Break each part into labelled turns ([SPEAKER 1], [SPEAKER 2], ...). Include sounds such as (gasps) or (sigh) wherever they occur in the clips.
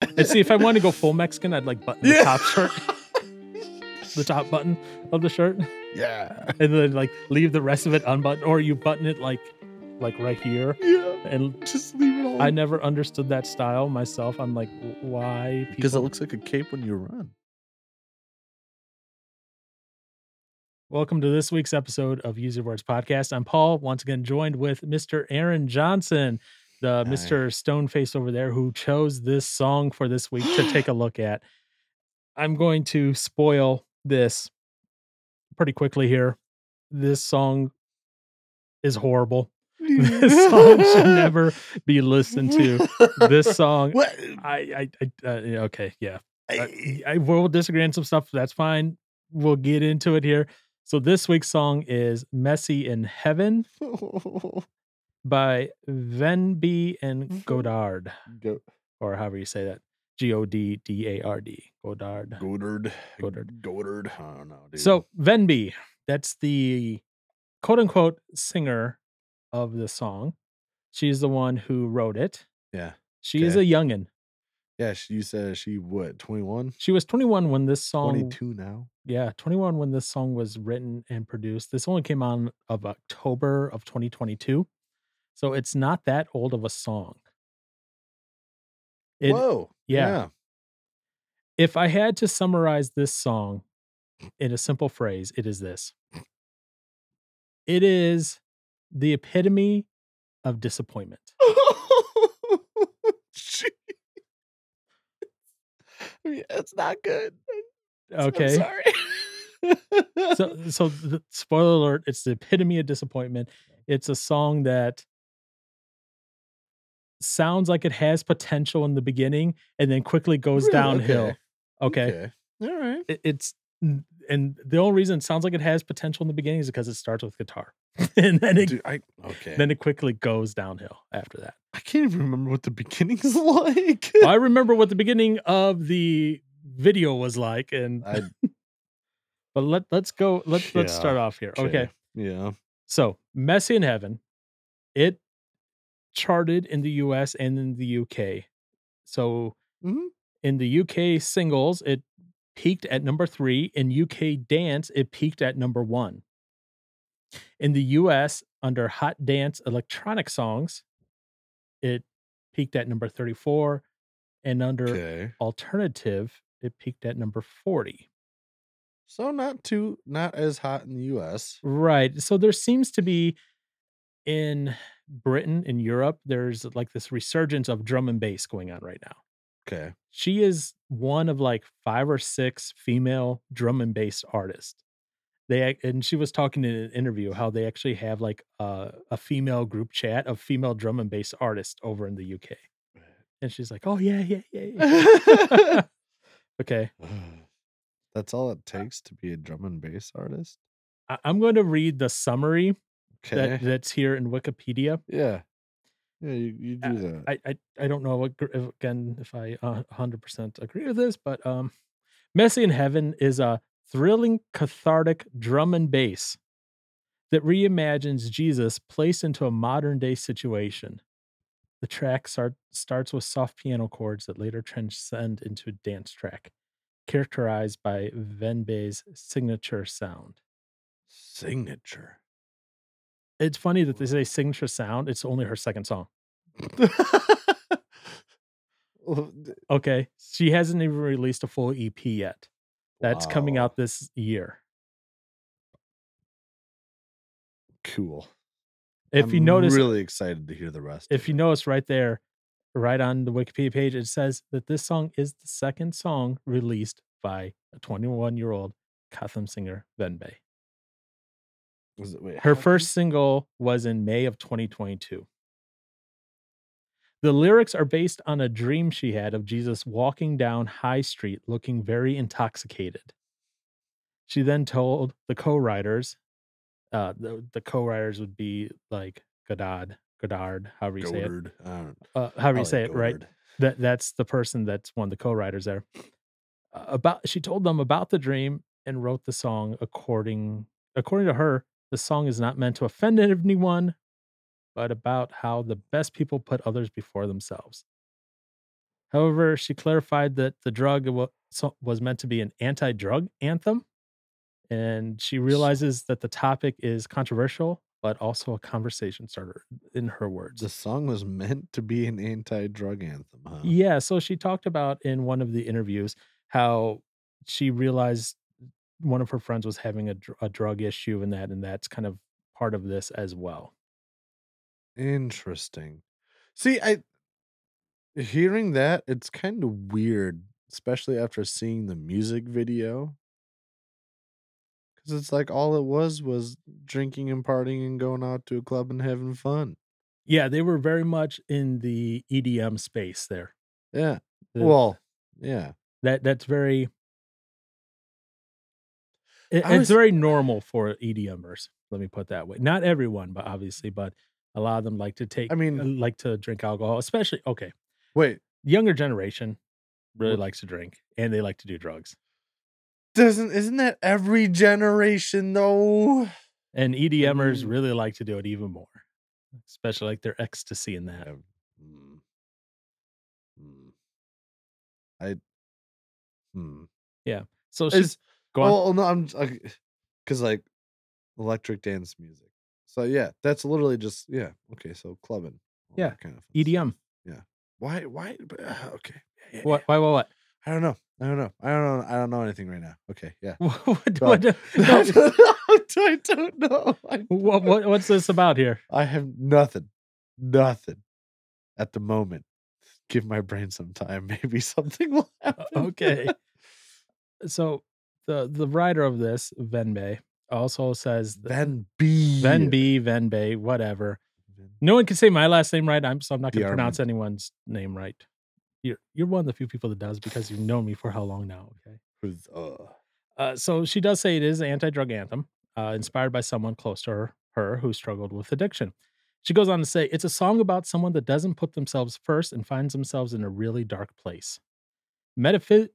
[SPEAKER 1] And see, if I wanted to go full Mexican, I'd like button
[SPEAKER 2] Yeah.
[SPEAKER 1] the
[SPEAKER 2] (laughs)
[SPEAKER 1] top shirt, the top button of the shirt,
[SPEAKER 2] Yeah.
[SPEAKER 1] and then like leave the rest of it unbuttoned, or you button it like, like right here.
[SPEAKER 2] Yeah.
[SPEAKER 1] And
[SPEAKER 2] Just leave it all.
[SPEAKER 1] I never understood that style myself. I'm like, "W- why?
[SPEAKER 2] Because it
[SPEAKER 1] people-
[SPEAKER 2] looks like a cape when you run.
[SPEAKER 1] Welcome to this week's episode of Use Your Words podcast. I'm Paul, once again joined with Mr. Aaron Johnson, the
[SPEAKER 2] Hi.
[SPEAKER 1] Mr. Stoneface over there who chose this song for this week to
[SPEAKER 2] (gasps)
[SPEAKER 1] take a look at. I'm going to spoil this pretty quickly here. This song is horrible. (laughs) (laughs) This song
[SPEAKER 2] (laughs)
[SPEAKER 1] should never be listened to. This song,
[SPEAKER 2] What?
[SPEAKER 1] I, I, I uh, yeah, okay, yeah. I,
[SPEAKER 2] I,
[SPEAKER 1] Uh,
[SPEAKER 2] eh,
[SPEAKER 1] I will disagree on some stuff. That's fine. We'll get into it here. So this week's song is "Messy in Heaven" by Venby and
[SPEAKER 2] Mhm.
[SPEAKER 1] Godard,
[SPEAKER 2] (laughs) Go,
[SPEAKER 1] or however you say that. G O D D A R D. Godard.
[SPEAKER 2] Godard.
[SPEAKER 1] Godard.
[SPEAKER 2] Godard. I don't know, dude.
[SPEAKER 1] So Venby, that's the quote unquote singer of the song. She's the one who wrote it.
[SPEAKER 2] Yeah.
[SPEAKER 1] She is a
[SPEAKER 2] Okay.
[SPEAKER 1] youngin.
[SPEAKER 2] Yeah, she, you said she what, 21?
[SPEAKER 1] She was 21 when this song
[SPEAKER 2] 22 now?
[SPEAKER 1] Yeah, 21 when this song was written and produced. This only came on of October of 2022. So it's not that old of a song. It,
[SPEAKER 2] Whoa.
[SPEAKER 1] yeah. (laughs)
[SPEAKER 2] (laughs)
[SPEAKER 1] If I had to summarize this song in a simple phrase, it is this. It is the epitome of disappointment.
[SPEAKER 2] Gee. I mean, that's not good.
[SPEAKER 1] Okay.
[SPEAKER 2] sorry. (laughs)
[SPEAKER 1] so so the, spoiler alert it's the epitome of disappointment it's a song that sounds like it has potential in the beginning and then quickly goes
[SPEAKER 2] Really?
[SPEAKER 1] downhill okay,
[SPEAKER 2] All right.
[SPEAKER 1] It- it's and the only reason it sounds like it has potential in the beginning is because it starts with guitar (laughs) and then it
[SPEAKER 2] Dude, I, okay.
[SPEAKER 1] then it quickly goes downhill after that
[SPEAKER 2] I can't even remember what the beginning's (laughs) like.
[SPEAKER 1] Well, i remember what the beginning of the video was like and
[SPEAKER 2] (laughs) I,
[SPEAKER 1] but let, let's go let's let's
[SPEAKER 2] Yeah,
[SPEAKER 1] start off here okay
[SPEAKER 2] Yeah.
[SPEAKER 1] So, Messy in Heaven, it charted in the US and in the UK. So,
[SPEAKER 2] Mhm.
[SPEAKER 1] in the UK singles, it peaked at number three. In UK dance, it peaked at number one. In the US, under hot dance electronic songs, it peaked at number 34. And under
[SPEAKER 2] Okay.
[SPEAKER 1] alternative, it peaked at number 40.
[SPEAKER 2] So not too, not as hot in the U.S.
[SPEAKER 1] Right. So there seems to be in Britain, in Europe, there's like this resurgence of drum and bass going on right now.
[SPEAKER 2] (laughs) Okay.
[SPEAKER 1] She is one of like five or six female drum and bass artists. They ac- and she was talking in an interview how they actually have like a, a female group chat of female drum and bass artists over in the UK. And she's like, "Oh yeah, yeah,
[SPEAKER 2] (laughs)
[SPEAKER 1] yeah." yeah." okay.
[SPEAKER 2] (sighs) That's all it takes to be a drum and bass artist.
[SPEAKER 1] I- I'm going to read the summary
[SPEAKER 2] Okay.
[SPEAKER 1] that, that's here in Wikipedia.
[SPEAKER 2] yeah. Yeah, you, you do that.
[SPEAKER 1] I, I I don't know ag- if- again if I uh, 100% agree with this, but um, Messy in Heaven is a thrilling, cathartic drum and bass that reimagines Jesus placed into a modern day situation. The track start, starts with soft piano chords that later transcend into a dance track, characterized by Venbe's signature sound. (laughs)
[SPEAKER 2] Signature.
[SPEAKER 1] It's funny that they say signature sound. It's only her second song.
[SPEAKER 2] Well, th-
[SPEAKER 1] Okay. She hasn't even released a full EP yet. That's coming
[SPEAKER 2] wow,
[SPEAKER 1] out this year.
[SPEAKER 2] Cool.
[SPEAKER 1] If you
[SPEAKER 2] I'm
[SPEAKER 1] notice,
[SPEAKER 2] really excited to hear the rest.
[SPEAKER 1] if you notice right there, right on the Wikipedia page, it says that this song is the second song released by a 21 year old Gotham singer Venbe.
[SPEAKER 2] know, it, wait,
[SPEAKER 1] Her
[SPEAKER 2] how-
[SPEAKER 1] first single was in May of 2022. The lyrics are based on a dream she had of Jesus walking down High Street looking very intoxicated. She then told the co writers, uh, the, the co writers would be like Godard, Godard, however you say it,
[SPEAKER 2] Godard. I don't
[SPEAKER 1] uh,
[SPEAKER 2] I
[SPEAKER 1] however you
[SPEAKER 2] like
[SPEAKER 1] say it, right?
[SPEAKER 2] Godard.
[SPEAKER 1] that that's the person that's one of the co-writers there Uh, about she told them about the dream and wrote the song according according to her the song is not meant to offend anyone but about how the best people put others before themselves However, she clarified that the drug wa- so- was meant to be an anti drug anthem. And she realizes that the topic is controversial, but also a conversation starter, in her words.
[SPEAKER 2] The song was meant to be an anti-drug anthem, huh?
[SPEAKER 1] Yeah. So she talked about in one of the interviews how she realized one of her friends was having a, dr- a drug issue and that, and that's kind of part of this as well.
[SPEAKER 2] Interesting. See, I hearing that, it's kind of weird, especially after seeing the music video. Cuz it's like all it was was drinking and partying and going out to a club and having fun.
[SPEAKER 1] Yeah. They were very much in the EDM space there.
[SPEAKER 2] Yeah.
[SPEAKER 1] The-
[SPEAKER 2] Well, yeah.
[SPEAKER 1] that that's very, it-
[SPEAKER 2] I
[SPEAKER 1] it's
[SPEAKER 2] was-
[SPEAKER 1] very normal for E EDMers. Let me put it that way. Not everyone, but obviously, but a lot of them like to take,
[SPEAKER 2] I mean-
[SPEAKER 1] uh, like to drink alcohol, especially, okay.
[SPEAKER 2] Wait,
[SPEAKER 1] Younger generation really
[SPEAKER 2] Wh-
[SPEAKER 1] likes to drink and they like to do drugs.
[SPEAKER 2] doesn't isn't that every generation though?
[SPEAKER 1] And EDMers
[SPEAKER 2] Mm.
[SPEAKER 1] really like to do it even more, especially like their ecstasy in that.
[SPEAKER 2] Yeah. Mm. Mm. I Hmm.
[SPEAKER 1] So she's
[SPEAKER 2] Is
[SPEAKER 1] go on.
[SPEAKER 2] Well, no, I'm because like electric dance music. So yeah, that's literally just yeah. Okay, so clubbing. all
[SPEAKER 1] Yeah, E
[SPEAKER 2] that kind of fun
[SPEAKER 1] EDM.
[SPEAKER 2] stuff. Why? Why? but, uh, Okay. yeah, yeah,
[SPEAKER 1] What? Why? Why? (laughs) What?
[SPEAKER 2] yeah. I don't know. I don't know. I don't know. I don't know anything right now. Okay. Yeah.
[SPEAKER 1] What? what,
[SPEAKER 2] Well,
[SPEAKER 1] what, (laughs)
[SPEAKER 2] (laughs)
[SPEAKER 1] no,
[SPEAKER 2] I don't know. I,
[SPEAKER 1] what, what- What's this about here?
[SPEAKER 2] I have nothing. Nothing at the moment. Give my brain some time. (laughs) Maybe something will
[SPEAKER 1] Uh,
[SPEAKER 2] happen.
[SPEAKER 1] oh,
[SPEAKER 2] (laughs)
[SPEAKER 1] Okay. So the the writer of this Venbe also says that-
[SPEAKER 2] Then B.
[SPEAKER 1] Ven B Venbe whatever. No one can say my last name right. I'm so I'm not going to
[SPEAKER 2] Bjarman.
[SPEAKER 1] pronounce anyone's name right. You're you're one of the few people that does because you've known me for how long now? Okay.
[SPEAKER 2] Who's uh?
[SPEAKER 1] Uh, so she does say it is an anti-drug anthem, uh, inspired by someone close to her, her who struggled with addiction. She goes on to say it's a song about someone that doesn't put themselves first and finds themselves in a really dark place. Metaphy-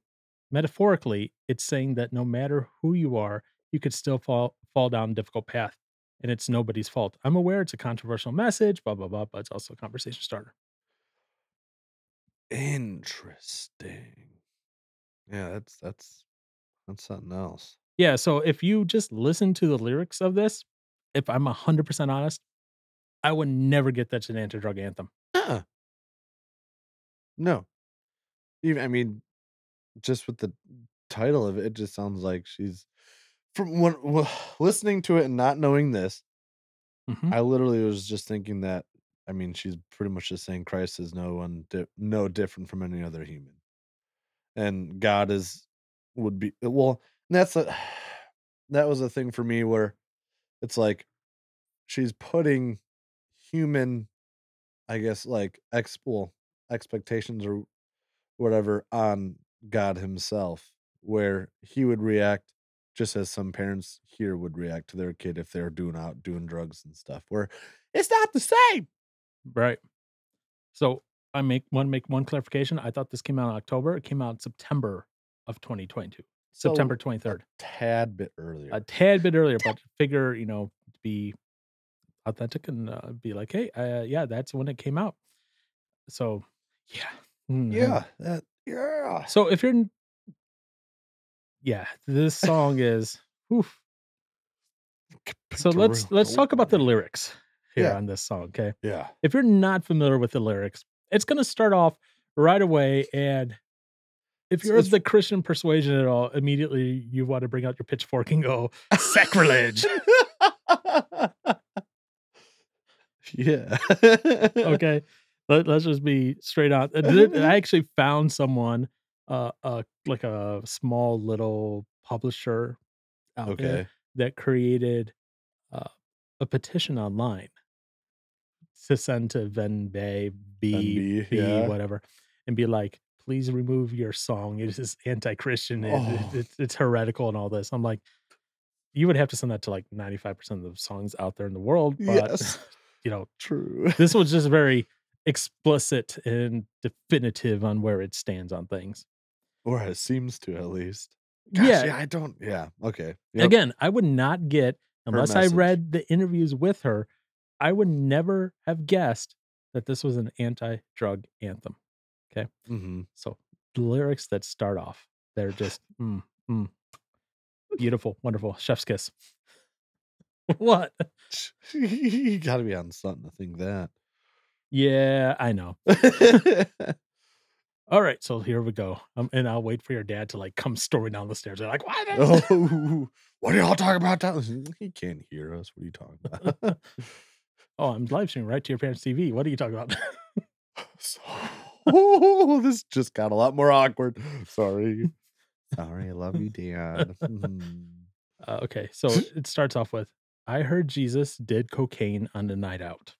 [SPEAKER 1] metaphorically, it's saying that no matter who you are, you could still fall fall down a difficult path, and it's nobody's fault. I'm aware it's a controversial message, blah blah blah, but it's also a conversation starter.
[SPEAKER 2] Interesting. Yeah, that's that's that's something else.
[SPEAKER 1] Yeah. So if you just listen to the lyrics of this, if I'm 100% honest, I would never get that's an anti drug anthem.
[SPEAKER 2] Uh-uh. No, even I mean, just with the title of it, it just sounds like she's from when well, (sighs) listening to it and not knowing this.
[SPEAKER 1] Mhm.
[SPEAKER 2] I literally was just thinking that. I mean, she's pretty much just saying Christ is no one di- no different from any other human, and God is would be uh, well. and That's a (sighs) that was a thing for me where it's like she's putting human, I guess, like ex well, expectations or whatever on God Himself, where He would react just as some parents here would react to their kid if they're doing out doing drugs and stuff where it's not the same
[SPEAKER 1] Right. So I make one make one clarification. I thought this came out in October. It came out in September of 2022,
[SPEAKER 2] So-
[SPEAKER 1] September 23rd.
[SPEAKER 2] tad bit earlier
[SPEAKER 1] A tad bit earlier, but figure you know to be authentic and uh, be like, hey, uh, yeah, that's when it came out. So yeah, Mhm.
[SPEAKER 2] yeah that, yeah
[SPEAKER 1] So if you're, n- yeah, this song is. oof. So let's let's talk about the lyrics here
[SPEAKER 2] Yeah.
[SPEAKER 1] on this song. Okay,
[SPEAKER 2] yeah (laughs)
[SPEAKER 1] if you're not familiar with the lyrics, it's going to start off right away, and if
[SPEAKER 2] It's-
[SPEAKER 1] you're of
[SPEAKER 2] it's-
[SPEAKER 1] the Christian persuasion at all, immediately you want to bring out your pitchfork and go
[SPEAKER 2] (laughs)
[SPEAKER 1] sacrilege.
[SPEAKER 2] yeah
[SPEAKER 1] okay, Let, us just be straight on. I did-
[SPEAKER 2] (laughs)
[SPEAKER 1] I actually found someone, uh, uh, like a small little publisher out
[SPEAKER 2] (laughs)
[SPEAKER 1] there
[SPEAKER 2] okay
[SPEAKER 1] that created uh, a petition online to send to Ven Bay, B,
[SPEAKER 2] NB,
[SPEAKER 1] E B,
[SPEAKER 2] (laughs) yeah.
[SPEAKER 1] whatever, and be like, please remove your song. It is anti Christian.
[SPEAKER 2] Oh.
[SPEAKER 1] It, it, it's heretical and all this. I'm like, you would have to send that to like 95% of the songs out there in the world. But,
[SPEAKER 2] Yes.
[SPEAKER 1] you know, (laughs)
[SPEAKER 2] true
[SPEAKER 1] this was just very explicit and definitive on where it stands on things.
[SPEAKER 2] or it seems to at least Gosh,
[SPEAKER 1] Yeah.
[SPEAKER 2] i don't yeah okay Yep.
[SPEAKER 1] Again, I would not get unless I
[SPEAKER 2] message.
[SPEAKER 1] read the interviews with her. I would never have guessed that this was an anti-drug anthem.
[SPEAKER 2] hmm
[SPEAKER 1] So the lyrics that start off, they're just mm, mm, beautiful, wonderful. Chef's kiss. (laughs) what?
[SPEAKER 2] (laughs) you got to be on something to think that.
[SPEAKER 1] Yeah, I know.
[SPEAKER 2] (laughs)
[SPEAKER 1] All right, so here we go. Um, and I'll wait for your dad to like come storming down the stairs. They're like, why?
[SPEAKER 2] (laughs)
[SPEAKER 1] did-"
[SPEAKER 2] oh, what are y'all talking about? Down? He can't hear us. What are you talking (laughs) about?
[SPEAKER 1] Oh, I'm live streaming right to your parents' TV. What are you talking about?
[SPEAKER 2] So- oh, (laughs) this just got a lot more awkward. Sorry. Sorry. I love you, (laughs) Dion. Mhm.
[SPEAKER 1] Uh, okay,
[SPEAKER 2] (laughs)
[SPEAKER 1] so it starts off with I heard Jesus did cocaine on the night out.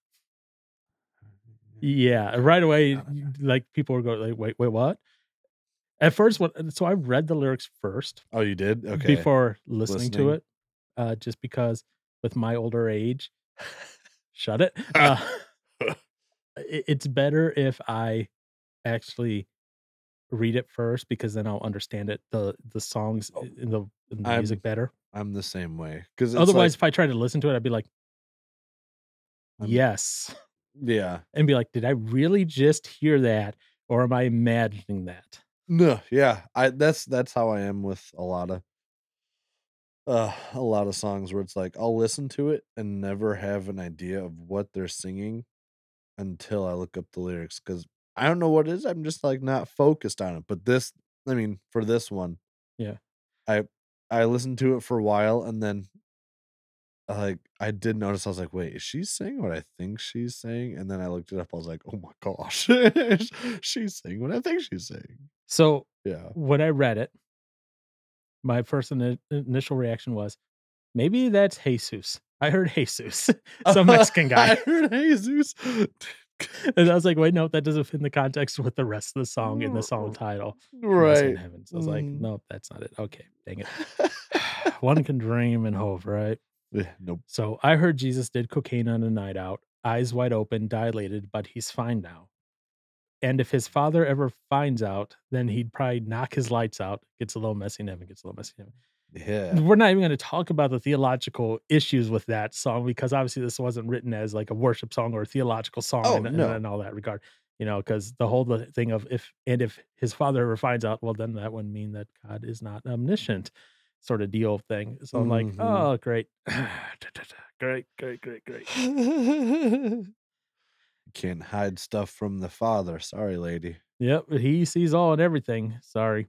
[SPEAKER 1] Yeah, right away,
[SPEAKER 2] Got it.
[SPEAKER 1] you- like people were going, like, wait, wait, what? At first, what? So I read the lyrics first
[SPEAKER 2] Oh, you did? Okay.
[SPEAKER 1] before listening, to
[SPEAKER 2] Listening.
[SPEAKER 1] it, uh, just because with my older age, (laughs) shut
[SPEAKER 2] (laughs)
[SPEAKER 1] it. Uh, i- it's better if I actually read it first because then I'll understand it the the songs
[SPEAKER 2] Oh,
[SPEAKER 1] in the, in the
[SPEAKER 2] I'm-
[SPEAKER 1] music better.
[SPEAKER 2] I'm the same way. Because
[SPEAKER 1] Otherwise, if I tried to listen to it, I'd be like,
[SPEAKER 2] I'm-
[SPEAKER 1] yes,
[SPEAKER 2] yeah.
[SPEAKER 1] and be like, did I really just hear that, or am I imagining that?
[SPEAKER 2] No, yeah. I that's that's how I am with a lot of uh a lot of songs where it's like I'll listen to it and never have an idea of what they're singing until I look up the lyrics cuz I don't know what it is. I'm just like not focused on it. But this I mean, for this one.
[SPEAKER 1] Yeah.
[SPEAKER 2] I I listened to it for a while and then uh, like I did notice I was like, wait, is she saying what I think she's saying? And then I looked it up. I was like, oh my gosh, (laughs) she's saying what I think she's saying.
[SPEAKER 1] So
[SPEAKER 2] Yeah.
[SPEAKER 1] when I read it, my first ini- initial reaction was, maybe that's Jesus. I heard Jesus, (laughs) some
[SPEAKER 2] (laughs)
[SPEAKER 1] Mexican
[SPEAKER 2] I
[SPEAKER 1] guy. (laughs)
[SPEAKER 2] heard Jesus.
[SPEAKER 1] And I was like, wait, no, that doesn't fit in the context with the rest of the song in the song
[SPEAKER 2] Mm,
[SPEAKER 1] title. And that's in
[SPEAKER 2] Right.
[SPEAKER 1] heaven. So I was like,
[SPEAKER 2] Mhm.
[SPEAKER 1] nope, that's not it. Okay, dang it. One can dream and hope, right?
[SPEAKER 2] (laughs) Yeah, nope.
[SPEAKER 1] So I heard Jesus did cocaine on a night out, eyes wide open, dilated, but he's fine now. And if his father ever finds out, then he'd probably knock his lights out. Gets a little messy in heaven, gets a little messy in heaven.
[SPEAKER 2] Yeah.
[SPEAKER 1] we're not even going to talk about the theological issues with that song because obviously this wasn't written as like a worship song or a theological song
[SPEAKER 2] Oh,
[SPEAKER 1] and, and-
[SPEAKER 2] no.
[SPEAKER 1] and all that regard you know because the whole li- thing of if and if his father ever finds out well then that would mean that god is not omniscient sort of deal thing so i'm like
[SPEAKER 2] Mhm.
[SPEAKER 1] oh great (sighs) great great great great
[SPEAKER 2] (laughs) Can't hide stuff from the father. Sorry,
[SPEAKER 1] (laughs)
[SPEAKER 2] lady. (laughs)
[SPEAKER 1] yep he sees all and everything sorry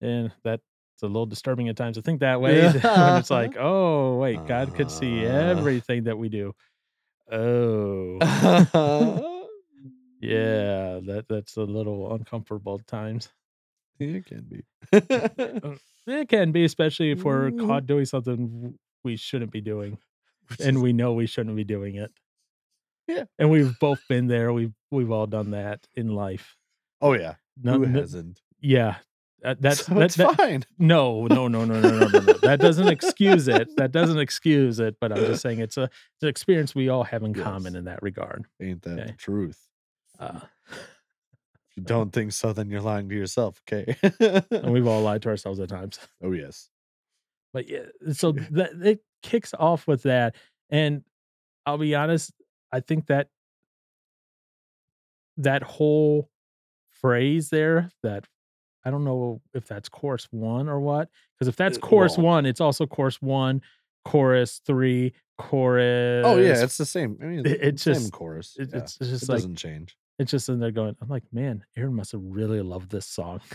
[SPEAKER 1] and that's a little disturbing at times to think that way (laughs) when it's like oh wait god could see
[SPEAKER 2] Uh.
[SPEAKER 1] everything that we do
[SPEAKER 2] (laughs)
[SPEAKER 1] oh Yeah, that that's a little uncomfortable at times.
[SPEAKER 2] it can
[SPEAKER 1] (laughs)
[SPEAKER 2] be.
[SPEAKER 1] It can be, especially if we're
[SPEAKER 2] Mm.
[SPEAKER 1] caught doing something w- we shouldn't be doing,
[SPEAKER 2] Which
[SPEAKER 1] and
[SPEAKER 2] is-
[SPEAKER 1] we know we shouldn't be doing it.
[SPEAKER 2] Yeah.
[SPEAKER 1] and we've both been there. We've we've all done that in life.
[SPEAKER 2] oh yeah,
[SPEAKER 1] No,
[SPEAKER 2] (laughs) who
[SPEAKER 1] no-
[SPEAKER 2] hasn't?
[SPEAKER 1] yeah, uh, that's
[SPEAKER 2] so
[SPEAKER 1] that,
[SPEAKER 2] it's
[SPEAKER 1] that-
[SPEAKER 2] fine.
[SPEAKER 1] no, no, no, no, no, no, no, no. That doesn't excuse it. That doesn't excuse it. But I'm just saying it's a it's an experience we all have in common
[SPEAKER 2] Yes.
[SPEAKER 1] in that regard.
[SPEAKER 2] Ain't that
[SPEAKER 1] Okay.
[SPEAKER 2] the truth?
[SPEAKER 1] Uh,
[SPEAKER 2] If you don't think so, then you're lying to yourself. Okay. Mm-hmm.
[SPEAKER 1] and we've all lied to ourselves at times.
[SPEAKER 2] (laughs) oh yes.
[SPEAKER 1] but yeah so that it kicks off with that and i'll be honest i think that that whole phrase there that i don't know if that's course one or what because if that's
[SPEAKER 2] Uh,
[SPEAKER 1] course
[SPEAKER 2] well-
[SPEAKER 1] one it's also course one chorus three chorus
[SPEAKER 2] Oh yeah, it's the same. I mean,
[SPEAKER 1] it-
[SPEAKER 2] it,
[SPEAKER 1] it's
[SPEAKER 2] same
[SPEAKER 1] just-
[SPEAKER 2] chorus.
[SPEAKER 1] it-
[SPEAKER 2] yeah.
[SPEAKER 1] it's it's just
[SPEAKER 2] it
[SPEAKER 1] like
[SPEAKER 2] doesn't change.
[SPEAKER 1] it's just in there going i'm like man aaron must have really loved this song (laughs)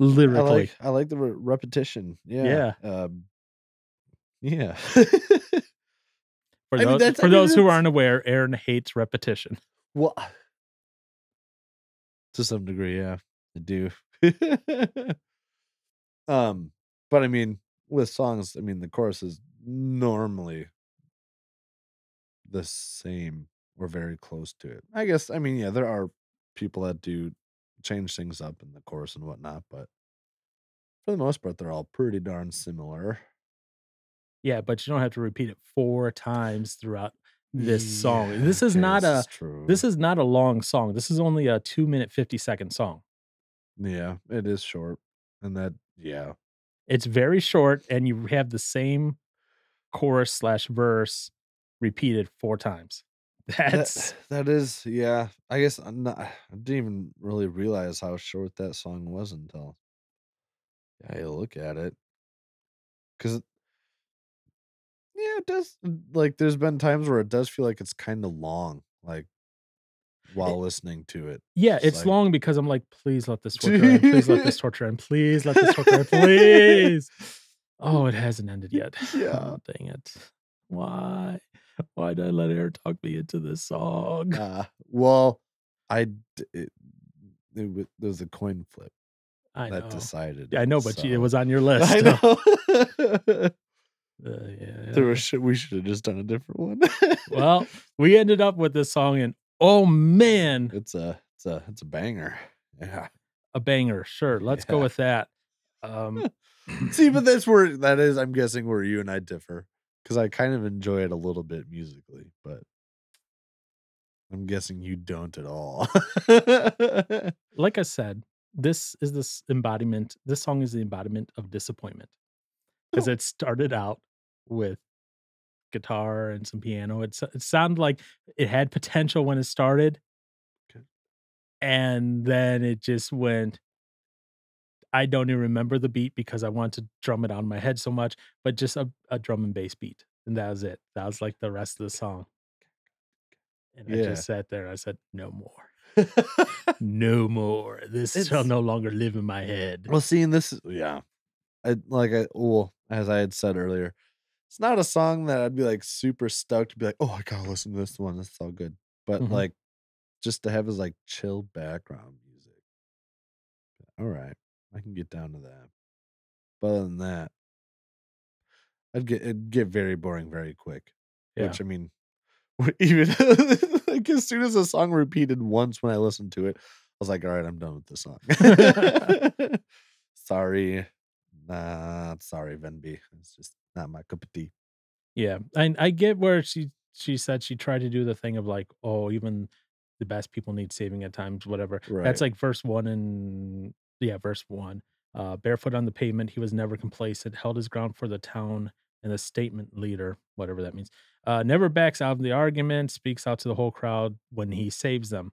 [SPEAKER 1] lyrically
[SPEAKER 2] I like I like the re- repetition. Yeah. Um, yeah. (laughs)
[SPEAKER 1] for
[SPEAKER 2] I mean,
[SPEAKER 1] those,
[SPEAKER 2] that's- I
[SPEAKER 1] for
[SPEAKER 2] mean,
[SPEAKER 1] those who
[SPEAKER 2] that's-
[SPEAKER 1] aren't aware aaron hates repetition (laughs)
[SPEAKER 2] well, to some degree, yeah, I do. (laughs) um, but I mean, with songs, I mean, the chorus is normally the same or very close to it. I guess. I mean, yeah, there are people that do change things up in the chorus and whatnot, but for the most part, they're all pretty darn similar.
[SPEAKER 1] Yeah, but you don't have to repeat it four times throughout this song. This is not a
[SPEAKER 2] true.
[SPEAKER 1] this is not a long song. This is only a two minute fifty second song.
[SPEAKER 2] yeah, it is short, and that yeah,
[SPEAKER 1] It's very short, and you have the same chorus slash verse repeated four times. (laughs) That's
[SPEAKER 2] that, that is yeah. I guess I'm not, I didn't even really realize how short that song was until I look at it. Cause it- yeah, it does uh, like there's been times where it does feel like it's kind of long, like while listening
[SPEAKER 1] (laughs)
[SPEAKER 2] to it.
[SPEAKER 1] yeah,
[SPEAKER 2] It's
[SPEAKER 1] it's
[SPEAKER 2] like-
[SPEAKER 1] long because I'm like, please let this torture end. Please let
[SPEAKER 2] (laughs)
[SPEAKER 1] this torture end. Please let this torture end. Please. Oh, it hasn't ended yet. (laughs)
[SPEAKER 2] Yeah.
[SPEAKER 1] Oh, dang it. Why? Why did I let Air talk me into this song? (laughs)
[SPEAKER 2] Uh, well, I d- it, it, wa- there was a coin flip
[SPEAKER 1] I know.
[SPEAKER 2] that decided.
[SPEAKER 1] Yeah, I
[SPEAKER 2] it,
[SPEAKER 1] know, but you- it
[SPEAKER 2] so-
[SPEAKER 1] was on your list. (laughs)
[SPEAKER 2] (laughs) I
[SPEAKER 1] Uh,
[SPEAKER 2] know. (laughs)
[SPEAKER 1] yeah.
[SPEAKER 2] there was (laughs) shit we should have just done a different one.
[SPEAKER 1] well, we ended up with this song, and oh man,
[SPEAKER 2] (laughs) it's a it's a it's a banger. Yeah.
[SPEAKER 1] a banger. Sure, let's go
[SPEAKER 2] Yeah.
[SPEAKER 1] with that. Um,
[SPEAKER 2] See, but that's where that is. I'm guessing where you and I differ because I kind of enjoy it a little bit musically, but I'm guessing you don't at all. (laughs)
[SPEAKER 1] like I said, this is this embodiment. This song is the embodiment of disappointment because
[SPEAKER 2] Oh.
[SPEAKER 1] it started out with guitar and some piano. It, s- it sounded like it had potential when it started,
[SPEAKER 2] Okay.
[SPEAKER 1] and then it just went. I don't even remember the beat because I wanted to drum it out in my head so much, but just a, a drum and bass beat, and that was it. That was like the rest of the song. And I
[SPEAKER 2] Yeah.
[SPEAKER 1] just sat there. and I said, "No more." no more. This shall
[SPEAKER 2] It's-
[SPEAKER 1] no longer live in my head.
[SPEAKER 2] well, seeing this, is- yeah, I like I well as I had said earlier, it's not a song that I'd be like super stoked to be like, oh, I gotta listen to this one. It's all good, but
[SPEAKER 1] Mhm.
[SPEAKER 2] like just to have as like chill background music. All right, I can get down to that. But other than that, I'd get it'd get very boring very quick.
[SPEAKER 1] Yeah.
[SPEAKER 2] Which I mean, (laughs) w- even (laughs) like as soon as the song repeated once when I listened to it, I was like, all right, I'm done with this song. (laughs) sorry, not sorry, Venby. It's just not my cup of tea.
[SPEAKER 1] Yeah, and I get where she she said she tried to do the thing of like, oh, even the best people need saving at times, whatever. That's like verse one and yeah, verse one. Uh, barefoot on the pavement, he was never complacent. Held his ground for the town and the statement leader, whatever that means. Uh, never backs out of the argument. Speaks out to the whole crowd when he saves them.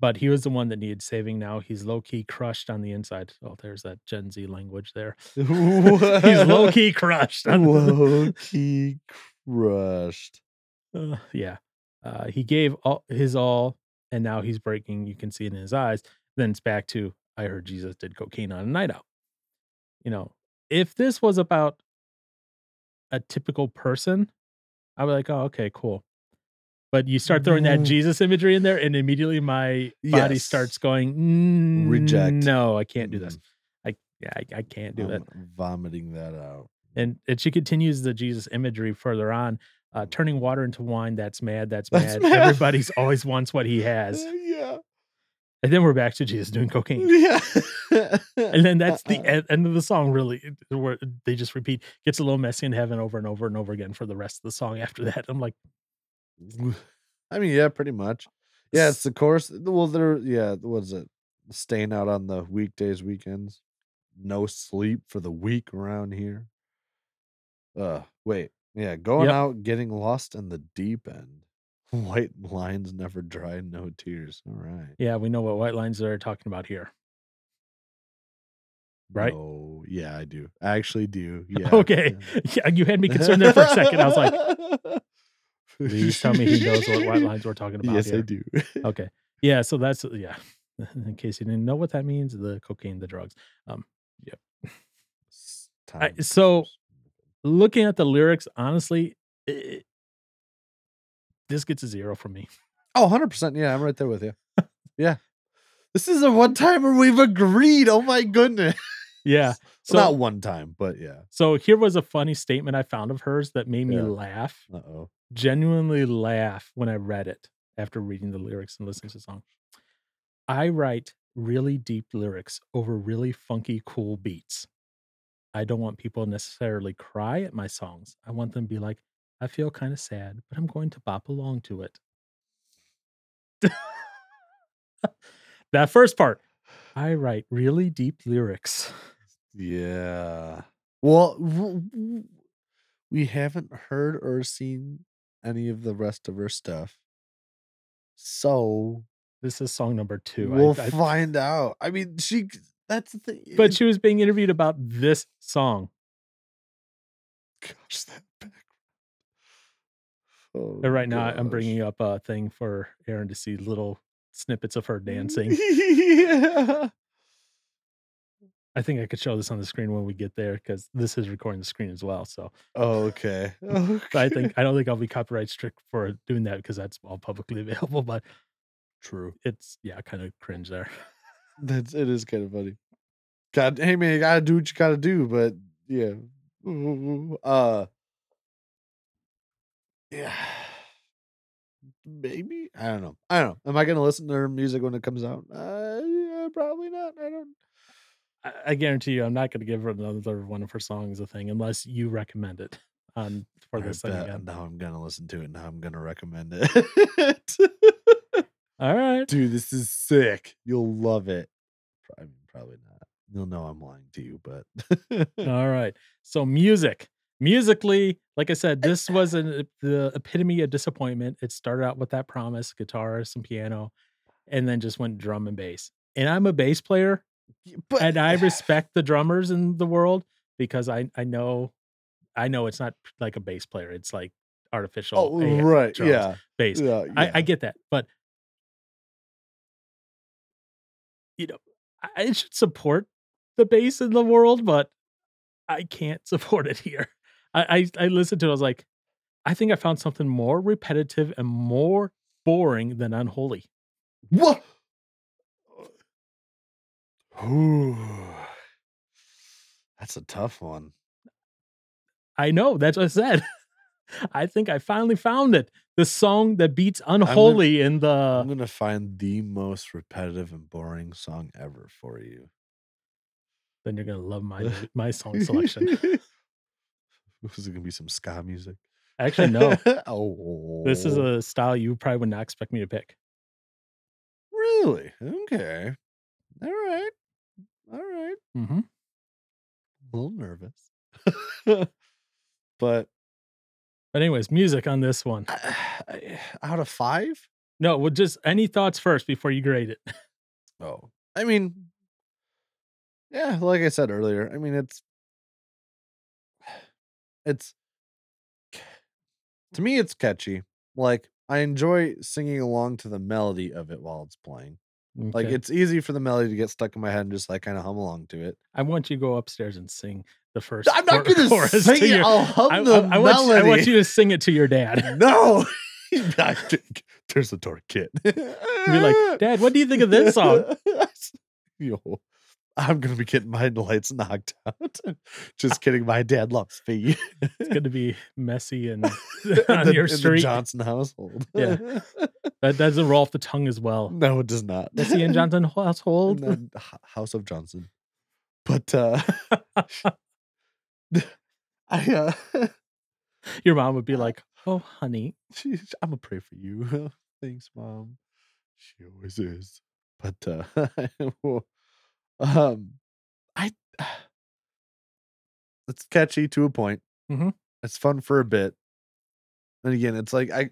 [SPEAKER 1] But he was the one that needed saving. Now he's low key crushed on the inside. Oh, there's that Gen Z language there. he's low
[SPEAKER 2] (laughs)
[SPEAKER 1] key crushed. on the-
[SPEAKER 2] low key crushed.
[SPEAKER 1] Uh, yeah. Uh, he gave all his all, and now he's breaking. You can see it in his eyes. Then it's back to I heard Jesus did cocaine on a night out. You know, if this was about a typical person, I'd be like, oh, okay, cool. But you start throwing that
[SPEAKER 2] Mm.
[SPEAKER 1] Jesus imagery in there, and immediately my body
[SPEAKER 2] Yes.
[SPEAKER 1] starts going, "Mm,
[SPEAKER 2] Reject.
[SPEAKER 1] No, I (laughs) can't do this.
[SPEAKER 2] Mm,
[SPEAKER 1] I, yeah, I, I can't do that
[SPEAKER 2] I'm Vomiting that out.
[SPEAKER 1] and and she continues the Jesus imagery further on, uh, turning water into wine. That's mad. That's mad.
[SPEAKER 2] That's mad.
[SPEAKER 1] Everybody's always wants what he
[SPEAKER 2] (laughs)
[SPEAKER 1] has,
[SPEAKER 2] Uh, yeah.
[SPEAKER 1] and then we're back to Jesus doing cocaine.
[SPEAKER 2] Yeah.
[SPEAKER 1] And then that's the
[SPEAKER 2] Uh-uh.
[SPEAKER 1] end, end of the song. Really, it- where they just repeat gets a little messy in heaven over and over and over again for the rest of the song. After (laughs) that, I'm like,
[SPEAKER 2] I mean, yeah, pretty much. Yeah, it's the course. Well, there, yeah, what is it? Staying out on the weekdays, weekends, no sleep for the week around here. Uh, wait, yeah, going
[SPEAKER 1] Yep.
[SPEAKER 2] out, getting lost in the deep end. (laughs) White lines never dry, no tears. All right,
[SPEAKER 1] yeah, we know what white lines they're talking about here. Right. (laughs)
[SPEAKER 2] Oh, yeah, I do. I actually do. Yeah.
[SPEAKER 1] Okay. (laughs) Yeah, you had me concerned there for a second. I was
[SPEAKER 2] (laughs)
[SPEAKER 1] like,
[SPEAKER 2] like,
[SPEAKER 1] please tell me he knows what white lines we're talking about
[SPEAKER 2] (laughs) Yes,
[SPEAKER 1] here.
[SPEAKER 2] I do.
[SPEAKER 1] okay yeah so that's yeah (laughs) in case you didn't know what that means the cocaine the drugs
[SPEAKER 2] (laughs) S- time
[SPEAKER 1] so-
[SPEAKER 2] lapse.
[SPEAKER 1] looking at the lyrics honestly it, this gets a zero from me (laughs)
[SPEAKER 2] Oh, 100%. Yeah, I'm right there with you. yeah. This is a one time where we've agreed. Oh my goodness.
[SPEAKER 1] yeah so
[SPEAKER 2] Not one time, but yeah.
[SPEAKER 1] so here was a funny statement i found of hers that made me
[SPEAKER 2] Yeah.
[SPEAKER 1] laugh
[SPEAKER 2] Uh oh.
[SPEAKER 1] genuinely laugh when i read it after reading the lyrics and listening to the song i write really deep lyrics over really funky cool beats I don't want people to necessarily cry at my songs. I want them to be like, I feel kind of sad, but I'm going to bop along to it. (laughs) that first part, I write really deep lyrics.
[SPEAKER 2] Yeah. Well, w- w- we haven't heard or seen any of the rest of her stuff. So
[SPEAKER 1] This is song number two. I-
[SPEAKER 2] we'll
[SPEAKER 1] I-
[SPEAKER 2] find out. I mean, she. That's the thing.
[SPEAKER 1] but she was being interviewed about this song.
[SPEAKER 2] (laughs) gosh, that back. Oh,
[SPEAKER 1] And Uh, right now, I'm
[SPEAKER 2] gosh.
[SPEAKER 1] bringing up a thing for Aaron to see little snippets of her
[SPEAKER 2] Mm-hmm.
[SPEAKER 1] dancing.
[SPEAKER 2] yeah.
[SPEAKER 1] I think I could show this on the screen when we get there because this is recording the screen as well. So
[SPEAKER 2] Oh, okay.
[SPEAKER 1] but I
[SPEAKER 2] (laughs)
[SPEAKER 1] think I don't think I'll be copyright strict for doing that because that's all publicly (laughs) available. But
[SPEAKER 2] true.
[SPEAKER 1] it's yeah, kind of cringe there.
[SPEAKER 2] That's it is kind of funny. God, hey man, you gotta do what you gotta do, but yeah, Ooh, uh, yeah, maybe I don't know. I don't know. Am I gonna listen to her music when it comes out? Uh, yeah, probably not. I don't.
[SPEAKER 1] I, I guarantee you, I'm not going to give her another one of her songs a thing unless you recommend it on for
[SPEAKER 2] I
[SPEAKER 1] this thing
[SPEAKER 2] bet
[SPEAKER 1] again.
[SPEAKER 2] Now I'm gonna listen to it. Now I'm gonna recommend it. (laughs)
[SPEAKER 1] All right,
[SPEAKER 2] Dude, this is sick. You'll love it. I mean, probably not. You'll know I'm lying to you, but (laughs)
[SPEAKER 1] all right. So music, musically, like I said, this was an, the epitome of disappointment. It started out with that promise, guitar, some piano, and then just went drum and bass. And I'm a bass player,
[SPEAKER 2] but
[SPEAKER 1] and
[SPEAKER 2] (laughs)
[SPEAKER 1] I respect the drummers in the world because I I know I know it's not like a bass player. It's like artificial
[SPEAKER 2] Oh,
[SPEAKER 1] AI
[SPEAKER 2] right.
[SPEAKER 1] drums,
[SPEAKER 2] Yeah.
[SPEAKER 1] bass.
[SPEAKER 2] yeah,
[SPEAKER 1] I,
[SPEAKER 2] yeah.
[SPEAKER 1] I get that, but you know, I- I should support the bass in the world, but I can't (laughs) support it here. I I, I listened to it. I was like, I think I found something more repetitive and more boring than unholy.
[SPEAKER 2] What? (sighs) Ooh, that's a tough one.
[SPEAKER 1] I know. That's what I said. (laughs) I think I finally found it. The song that beats
[SPEAKER 2] gonna-
[SPEAKER 1] Unholy in the.
[SPEAKER 2] I'm gonna find the most repetitive and boring song ever for you.
[SPEAKER 1] Then you're going to love my my
[SPEAKER 2] (laughs)
[SPEAKER 1] song selection.
[SPEAKER 2] Is it gonna be some ska music?
[SPEAKER 1] Actually,
[SPEAKER 2] (laughs)
[SPEAKER 1] no.
[SPEAKER 2] oh,
[SPEAKER 1] This is a style you probably would not expect me to pick.
[SPEAKER 2] really okay. All right, all right.
[SPEAKER 1] hmm
[SPEAKER 2] A little nervous, (laughs) but
[SPEAKER 1] But, anyways, music on this one.
[SPEAKER 2] I- I- out of five,
[SPEAKER 1] No, well, just any thoughts first before you grade it. (laughs)
[SPEAKER 2] Oh, I mean, yeah, like I said earlier, I mean, it's, it's, to me, it's catchy. Like, I enjoy singing along to the melody of it while it's playing. Like,
[SPEAKER 1] Okay.
[SPEAKER 2] it's easy for the melody to get stuck in my head and just like kind of hum along to it.
[SPEAKER 1] I want you to go upstairs and sing the first.
[SPEAKER 2] I'm not
[SPEAKER 1] chor-
[SPEAKER 2] going to
[SPEAKER 1] (laughs) chorus
[SPEAKER 2] sing it.
[SPEAKER 1] your-
[SPEAKER 2] I'll hum
[SPEAKER 1] I,
[SPEAKER 2] the
[SPEAKER 1] I- I want you,
[SPEAKER 2] melody.
[SPEAKER 1] I want you to sing it to your
[SPEAKER 2] (laughs)
[SPEAKER 1] dad.
[SPEAKER 2] No. I think- There's the door, kid.
[SPEAKER 1] Be like, Dad, what do you think of this
[SPEAKER 2] (laughs)
[SPEAKER 1] song?
[SPEAKER 2] Yo, I'm gonna be getting my lights knocked out. (laughs) Just kidding. My dad loves
[SPEAKER 1] (laughs)
[SPEAKER 2] me.
[SPEAKER 1] It's going to be messy and (laughs)
[SPEAKER 2] (laughs) In the-
[SPEAKER 1] your
[SPEAKER 2] in the
[SPEAKER 1] street.
[SPEAKER 2] Johnson household.
[SPEAKER 1] Yeah. that doesn't roll off the tongue as well.
[SPEAKER 2] (laughs) no, it does not.
[SPEAKER 1] Is he in Johnson
[SPEAKER 2] (laughs) In
[SPEAKER 1] household?
[SPEAKER 2] the h- House of Johnson. But uh
[SPEAKER 1] (laughs)
[SPEAKER 2] (laughs) I uh (laughs)
[SPEAKER 1] Your mom would be like, "Oh, honey,
[SPEAKER 2] she, I'm gonna pray for you. (laughs) Thanks, mom. She always is. But uh, (laughs) well, um, I (sighs) it's catchy to a point.
[SPEAKER 1] Mhm.
[SPEAKER 2] It's fun for a bit, and again, it's like I.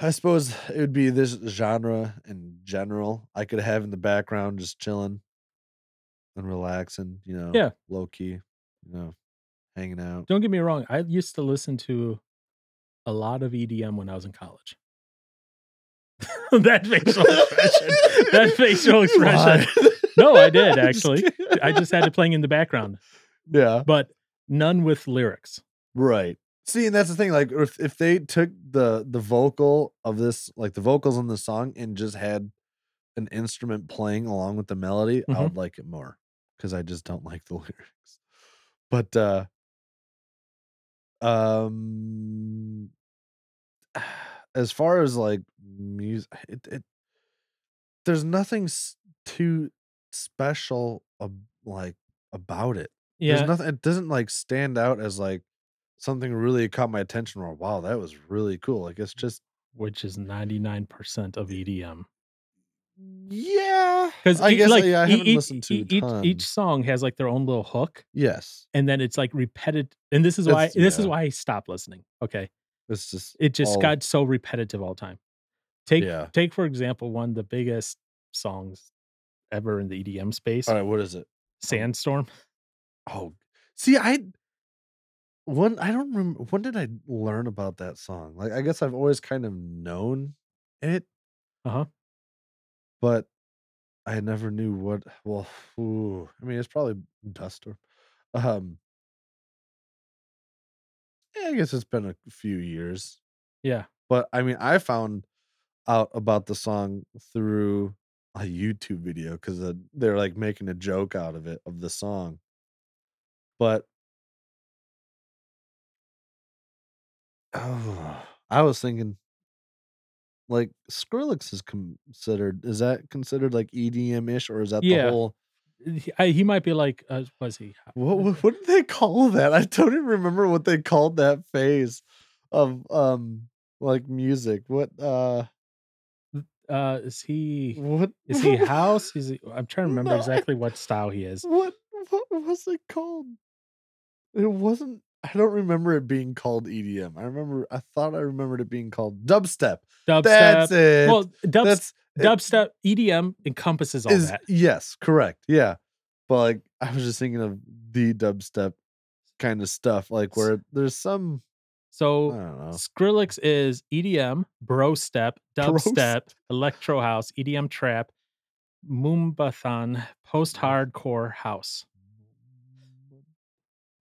[SPEAKER 2] I suppose it would be this genre in general. I could have in the background just chilling and relaxing, you know,
[SPEAKER 1] Yeah.
[SPEAKER 2] low key, you know, hanging out.
[SPEAKER 1] don't get me wrong. I used to listen to a lot of EDM when I was in college." (laughs) that facial
[SPEAKER 2] (laughs)
[SPEAKER 1] expression. That facial
[SPEAKER 2] You
[SPEAKER 1] expression.
[SPEAKER 2] lied.
[SPEAKER 1] No, I did,
[SPEAKER 2] (laughs) I'm
[SPEAKER 1] actually.
[SPEAKER 2] kidding.
[SPEAKER 1] I just had it playing in the background,
[SPEAKER 2] yeah,
[SPEAKER 1] but none with lyrics.
[SPEAKER 2] right. See, and that's the thing. Like, if if they took the the vocal of this, like the vocals on the song, and just had an instrument playing along with the melody, I
[SPEAKER 1] Mhm.
[SPEAKER 2] would like it more because I just don't like the (laughs) lyrics. But uh um, (sighs) as far as like music, it, it there's nothing s- too special, ab- like about it.
[SPEAKER 1] Yeah,
[SPEAKER 2] There's nothing it doesn't like stand out as like something really caught my attention or wow, that was really cool. Like
[SPEAKER 1] Mm.
[SPEAKER 2] it's just
[SPEAKER 1] which is ninety nine percent of
[SPEAKER 2] E
[SPEAKER 1] E EDM.
[SPEAKER 2] yeah.
[SPEAKER 1] Because
[SPEAKER 2] I guess uh,
[SPEAKER 1] like
[SPEAKER 2] yeah, I
[SPEAKER 1] e-
[SPEAKER 2] haven't
[SPEAKER 1] each-
[SPEAKER 2] listened to
[SPEAKER 1] e-
[SPEAKER 2] a
[SPEAKER 1] each,
[SPEAKER 2] ton.
[SPEAKER 1] each song has like their own little hook,
[SPEAKER 2] Yes.
[SPEAKER 1] and then it's like repetitive. And this is why
[SPEAKER 2] It's-
[SPEAKER 1] this is
[SPEAKER 2] yeah.
[SPEAKER 1] why I stopped listening. Okay,
[SPEAKER 2] It's just
[SPEAKER 1] it just
[SPEAKER 2] all-
[SPEAKER 1] got so repetitive all the time Take
[SPEAKER 2] Oh. Yeah.
[SPEAKER 1] take for example one of the biggest songs ever in the EDM space,
[SPEAKER 2] All right, what is it?
[SPEAKER 1] Sandstorm.
[SPEAKER 2] Oh, see, I when I don't remember when did I learn about that song? Like, I guess I've always kind of known it,
[SPEAKER 1] Uh-huh.
[SPEAKER 2] but I never knew what. Well, (sighs) ooh, I mean, it's probably Duster. Um, yeah, I guess it's been a few years,
[SPEAKER 1] Yeah.
[SPEAKER 2] but I mean, I found out about the song through a YouTube video because they're like making a joke out of it of the song, but oh, I was thinking like Skrillex is considered is that considered like EDM ish or is that
[SPEAKER 1] Yeah.
[SPEAKER 2] the whole
[SPEAKER 1] He, I, he might be like uh, was he?
[SPEAKER 2] what, what what did they call that? I don't even remember what they called that phase of um like music. What uh
[SPEAKER 1] Uh is he
[SPEAKER 2] what
[SPEAKER 1] is
[SPEAKER 2] (laughs)
[SPEAKER 1] he house? Is he, I'm trying to remember
[SPEAKER 2] No, I-
[SPEAKER 1] exactly what style he is.
[SPEAKER 2] What what was it called? It wasn't. I don't remember it being called EDM. I remember. I thought I remembered it being called dubstep.
[SPEAKER 1] Dubstep.
[SPEAKER 2] That's it.
[SPEAKER 1] well, dubstep,
[SPEAKER 2] That's it
[SPEAKER 1] dubstep EDM encompasses all
[SPEAKER 2] is-
[SPEAKER 1] that.
[SPEAKER 2] yes, correct. Yeah, but like I was just thinking of the dubstep kind of stuff, like where there's some I
[SPEAKER 1] So
[SPEAKER 2] don't know.
[SPEAKER 1] Skrillex is EDM, bro step,
[SPEAKER 2] (laughs) Bro
[SPEAKER 1] dubstep, electro house, EDM trap, moombathan, post hardcore house,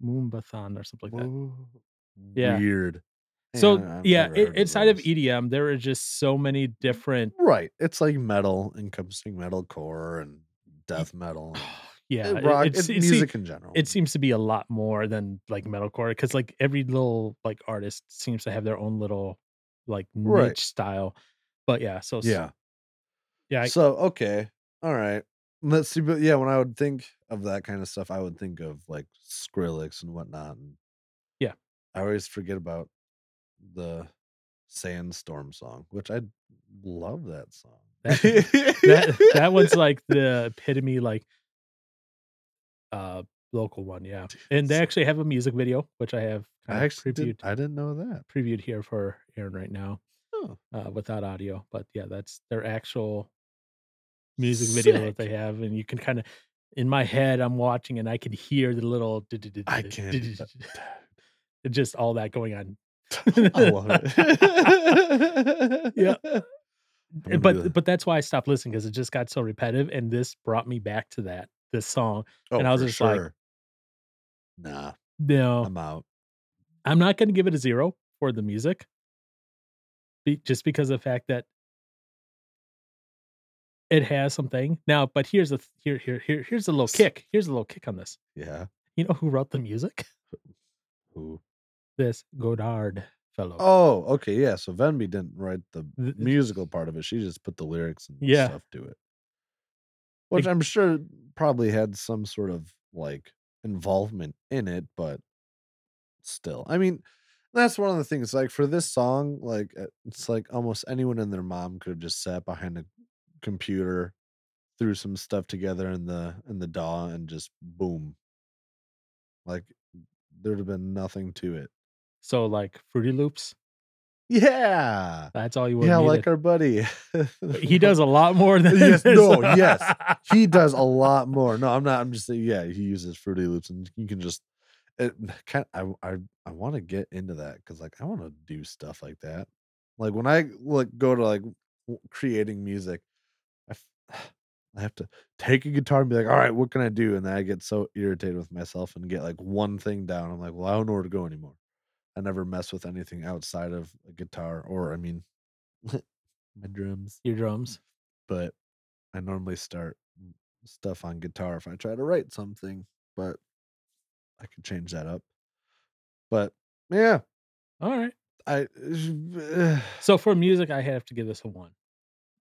[SPEAKER 1] moombathan or something like that.
[SPEAKER 2] Whoa,
[SPEAKER 1] Yeah.
[SPEAKER 2] Weird.
[SPEAKER 1] So
[SPEAKER 2] Man, I've
[SPEAKER 1] yeah,
[SPEAKER 2] never
[SPEAKER 1] i-
[SPEAKER 2] heard
[SPEAKER 1] inside of E
[SPEAKER 2] those.
[SPEAKER 1] EDM, there are just so many different.
[SPEAKER 2] Right. It's like metal, encompassing metalcore and death metal. and
[SPEAKER 1] (sighs) Yeah,
[SPEAKER 2] Oh, it-
[SPEAKER 1] it-
[SPEAKER 2] rock,
[SPEAKER 1] it's-
[SPEAKER 2] it's,
[SPEAKER 1] it se-
[SPEAKER 2] music in general.
[SPEAKER 1] it seems to be a lot more than like metalcore because like every little like artist seems to have their own little like niche
[SPEAKER 2] Right.
[SPEAKER 1] style. But yeah, so s-
[SPEAKER 2] yeah.
[SPEAKER 1] yeah, I-
[SPEAKER 2] so okay, all right. Let's see. But yeah, when I would think of that kind of stuff, I would think of like Skrillex and whatnot. And
[SPEAKER 1] Yeah.
[SPEAKER 2] I always forget about the Sandstorm song, which I love that song. (laughs)
[SPEAKER 1] That- that that one's like the epitome like uh local one yeah and they
[SPEAKER 2] So-
[SPEAKER 1] actually have a music video which i have kind
[SPEAKER 2] I
[SPEAKER 1] of
[SPEAKER 2] actually
[SPEAKER 1] previewed
[SPEAKER 2] did, I didn't know that.
[SPEAKER 1] previewed here for aaron right now
[SPEAKER 2] Oh,
[SPEAKER 1] uh without audio but yeah that's their actual music video that they
[SPEAKER 2] Sick.
[SPEAKER 1] have and you can kind of in my head i'm watching and i can hear the little
[SPEAKER 2] I can.
[SPEAKER 1] (laughs) just all that going on (laughs)
[SPEAKER 2] I love it.
[SPEAKER 1] Yeah.
[SPEAKER 2] gonna do
[SPEAKER 1] but
[SPEAKER 2] that.
[SPEAKER 1] but that's why i stopped listening because it just got so repetitive and this brought me back to that this song
[SPEAKER 2] Oh,
[SPEAKER 1] And I was
[SPEAKER 2] for
[SPEAKER 1] just like- Oh.
[SPEAKER 2] sure. nah,
[SPEAKER 1] no
[SPEAKER 2] I'm out.
[SPEAKER 1] I'm not going to give it a zero for the music, be, just because of the fact that it has something now. But here's a th- here here here here's a little kick. Here's a little kick on this.
[SPEAKER 2] Yeah.
[SPEAKER 1] You know who wrote the music? (laughs)
[SPEAKER 2] Who?
[SPEAKER 1] This Godard fellow.
[SPEAKER 2] Oh, okay. Yeah. So Venby didn't write the
[SPEAKER 1] Th-
[SPEAKER 2] musical part of it. She just put the lyrics and
[SPEAKER 1] Yeah.
[SPEAKER 2] stuff to it. Which
[SPEAKER 1] Ex-
[SPEAKER 2] I'm sure probably had some sort of like involvement in it, but still. I mean, that's one of the things. Like for this song, like uh, it's like almost anyone and their mom could have just sat behind a computer, threw some stuff together in the in the DAW and just boom. Like there'd have been nothing to it.
[SPEAKER 1] So like Fruity Loops.
[SPEAKER 2] Yeah.
[SPEAKER 1] That's all you would. Uh,
[SPEAKER 2] Yeah, like our buddy.
[SPEAKER 1] he
[SPEAKER 2] (laughs)
[SPEAKER 1] does a lot more than
[SPEAKER 2] Yes,
[SPEAKER 1] this.
[SPEAKER 2] no, yes.
[SPEAKER 1] (laughs)
[SPEAKER 2] he does a lot more. No, I'm not. I'm just saying. Yeah, he uses Fruity Loops, and you can just. It kind. I I I want to get into that because like I want to do stuff like that. Like when I like go to like w- creating music, I, f- (sighs) I have to take a guitar and be like, all right, what can I do? And then I get so irritated with myself and get like one thing down. I'm like, well, I don't know where to go anymore. I never mess with anything outside of a guitar or I mean, (laughs) my drums
[SPEAKER 1] Your drums.
[SPEAKER 2] but I normally start m- stuff on guitar if I try to write something, but I could change that up. But yeah,
[SPEAKER 1] All right.
[SPEAKER 2] (sighs) I uh,
[SPEAKER 1] So for music, I have to give this a one.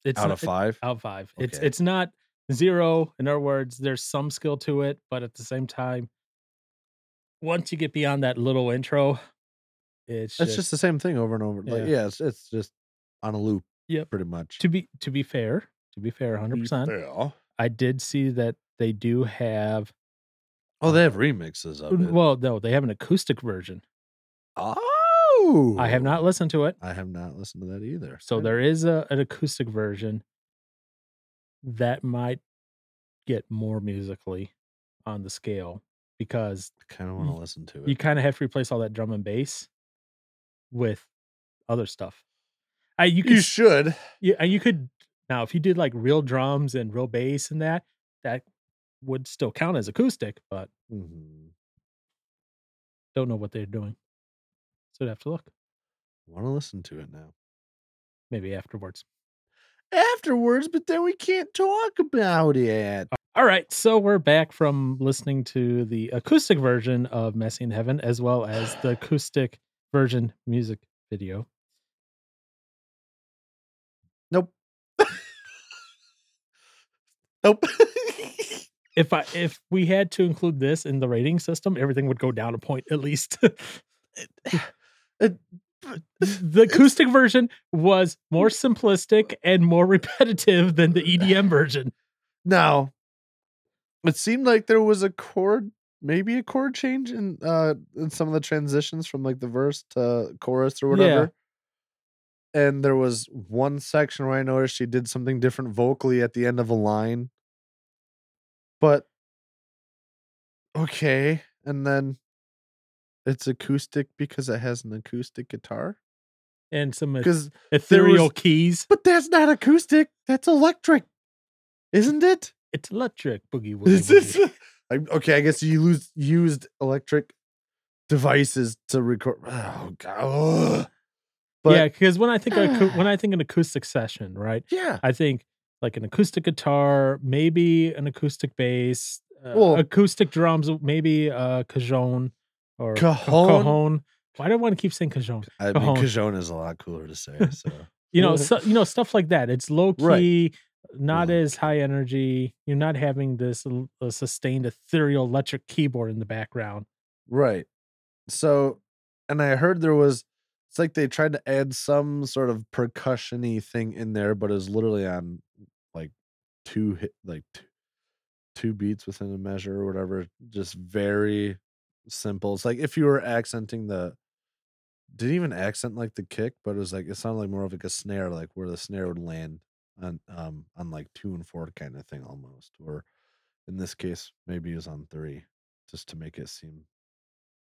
[SPEAKER 1] It's
[SPEAKER 2] out
[SPEAKER 1] not-
[SPEAKER 2] of five.
[SPEAKER 1] out of five. It's
[SPEAKER 2] Okay.
[SPEAKER 1] it's not zero. In other words, there's some skill to it, but at the same time, once you get beyond that little intro, it's,
[SPEAKER 2] It's just the same thing over and over. Like
[SPEAKER 1] Yeah.
[SPEAKER 2] yeah, it's it's just on a loop.
[SPEAKER 1] Yep.
[SPEAKER 2] pretty much. Oh,
[SPEAKER 1] to be to be fair. To be fair, hundred percent.
[SPEAKER 2] Yeah.
[SPEAKER 1] I did see that they do have. Um,
[SPEAKER 2] Oh, they have remixes of it.
[SPEAKER 1] Well, no, they have an acoustic version.
[SPEAKER 2] oh, Oh,
[SPEAKER 1] I have not listened to it.
[SPEAKER 2] I have not listened to that either.
[SPEAKER 1] So
[SPEAKER 2] I-
[SPEAKER 1] there is a, an acoustic version that might get more musically on the scale because
[SPEAKER 2] I kind of want to listen to it.
[SPEAKER 1] you kind of have to replace all that drum and bass with other stuff. I, you could
[SPEAKER 2] you should.
[SPEAKER 1] Yeah, and you could now if you did like real drums and real bass and that, that would still count as acoustic, but
[SPEAKER 2] Mhm.
[SPEAKER 1] don't know what they're doing. So I'd have to look
[SPEAKER 2] want to listen to it now.
[SPEAKER 1] maybe afterwards.
[SPEAKER 2] Afterwards, but then we can't talk about it.
[SPEAKER 1] All right, so we're back from listening to the acoustic version of Messy in Heaven as well as the acoustic version music video.
[SPEAKER 2] Nope. nope. (laughs)
[SPEAKER 1] If I if we had to include this in the rating system, everything would go down a point at least. (laughs)
[SPEAKER 2] (laughs)
[SPEAKER 1] the acoustic version was more
[SPEAKER 2] Mm.
[SPEAKER 1] simplistic and more (laughs) repetitive than
[SPEAKER 2] (laughs)
[SPEAKER 1] the EDM version.
[SPEAKER 2] now, it seemed like there was a chord, maybe a chord change in uh in some of the transitions from like the verse to chorus or
[SPEAKER 1] Yeah.
[SPEAKER 2] whatever. And there was one section where I noticed she did something different vocally at the end of a line. But okay, and then it's acoustic because it has an acoustic guitar.
[SPEAKER 1] and some eth-
[SPEAKER 2] Because
[SPEAKER 1] ethereal
[SPEAKER 2] was-
[SPEAKER 1] keys.
[SPEAKER 2] But that's not acoustic. That's electric, isn't it?
[SPEAKER 1] It's electric boogie woogie.
[SPEAKER 2] Is (laughs) this?
[SPEAKER 1] woogie.
[SPEAKER 2] I, okay, I guess you lose, used electric devices to record. Oh god. Ugh. But
[SPEAKER 1] yeah,
[SPEAKER 2] yeah,
[SPEAKER 1] because when I think of
[SPEAKER 2] (sighs)
[SPEAKER 1] acou- when I think an acoustic session, right? I think like an acoustic guitar, maybe an acoustic bass, uh,
[SPEAKER 2] Well-
[SPEAKER 1] acoustic drums, maybe a cajon or ca-
[SPEAKER 2] Cajon?
[SPEAKER 1] cajon. Why do I want to keep saying cajon?
[SPEAKER 2] I mean,
[SPEAKER 1] Cajon.
[SPEAKER 2] cajon is a lot cooler to (laughs) say. So
[SPEAKER 1] You know, so, you know stuff like that. It's low
[SPEAKER 2] Right.
[SPEAKER 1] key, not
[SPEAKER 2] Low
[SPEAKER 1] as high energy. You're not having this l- uh, sustained ethereal electric keyboard in the background.
[SPEAKER 2] right. So, and I heard there was. It's like they tried to add some sort of percussion-y thing in there, but it was literally on like two hit, like two, two beats within a measure or whatever. Just very simple. It's like if you were accenting the didn't even accent like the kick, but it was like it sounded like more of like a snare, like where the snare would land on um on like two and four kind of thing almost. Or in this case, maybe it was on three, just to make it seem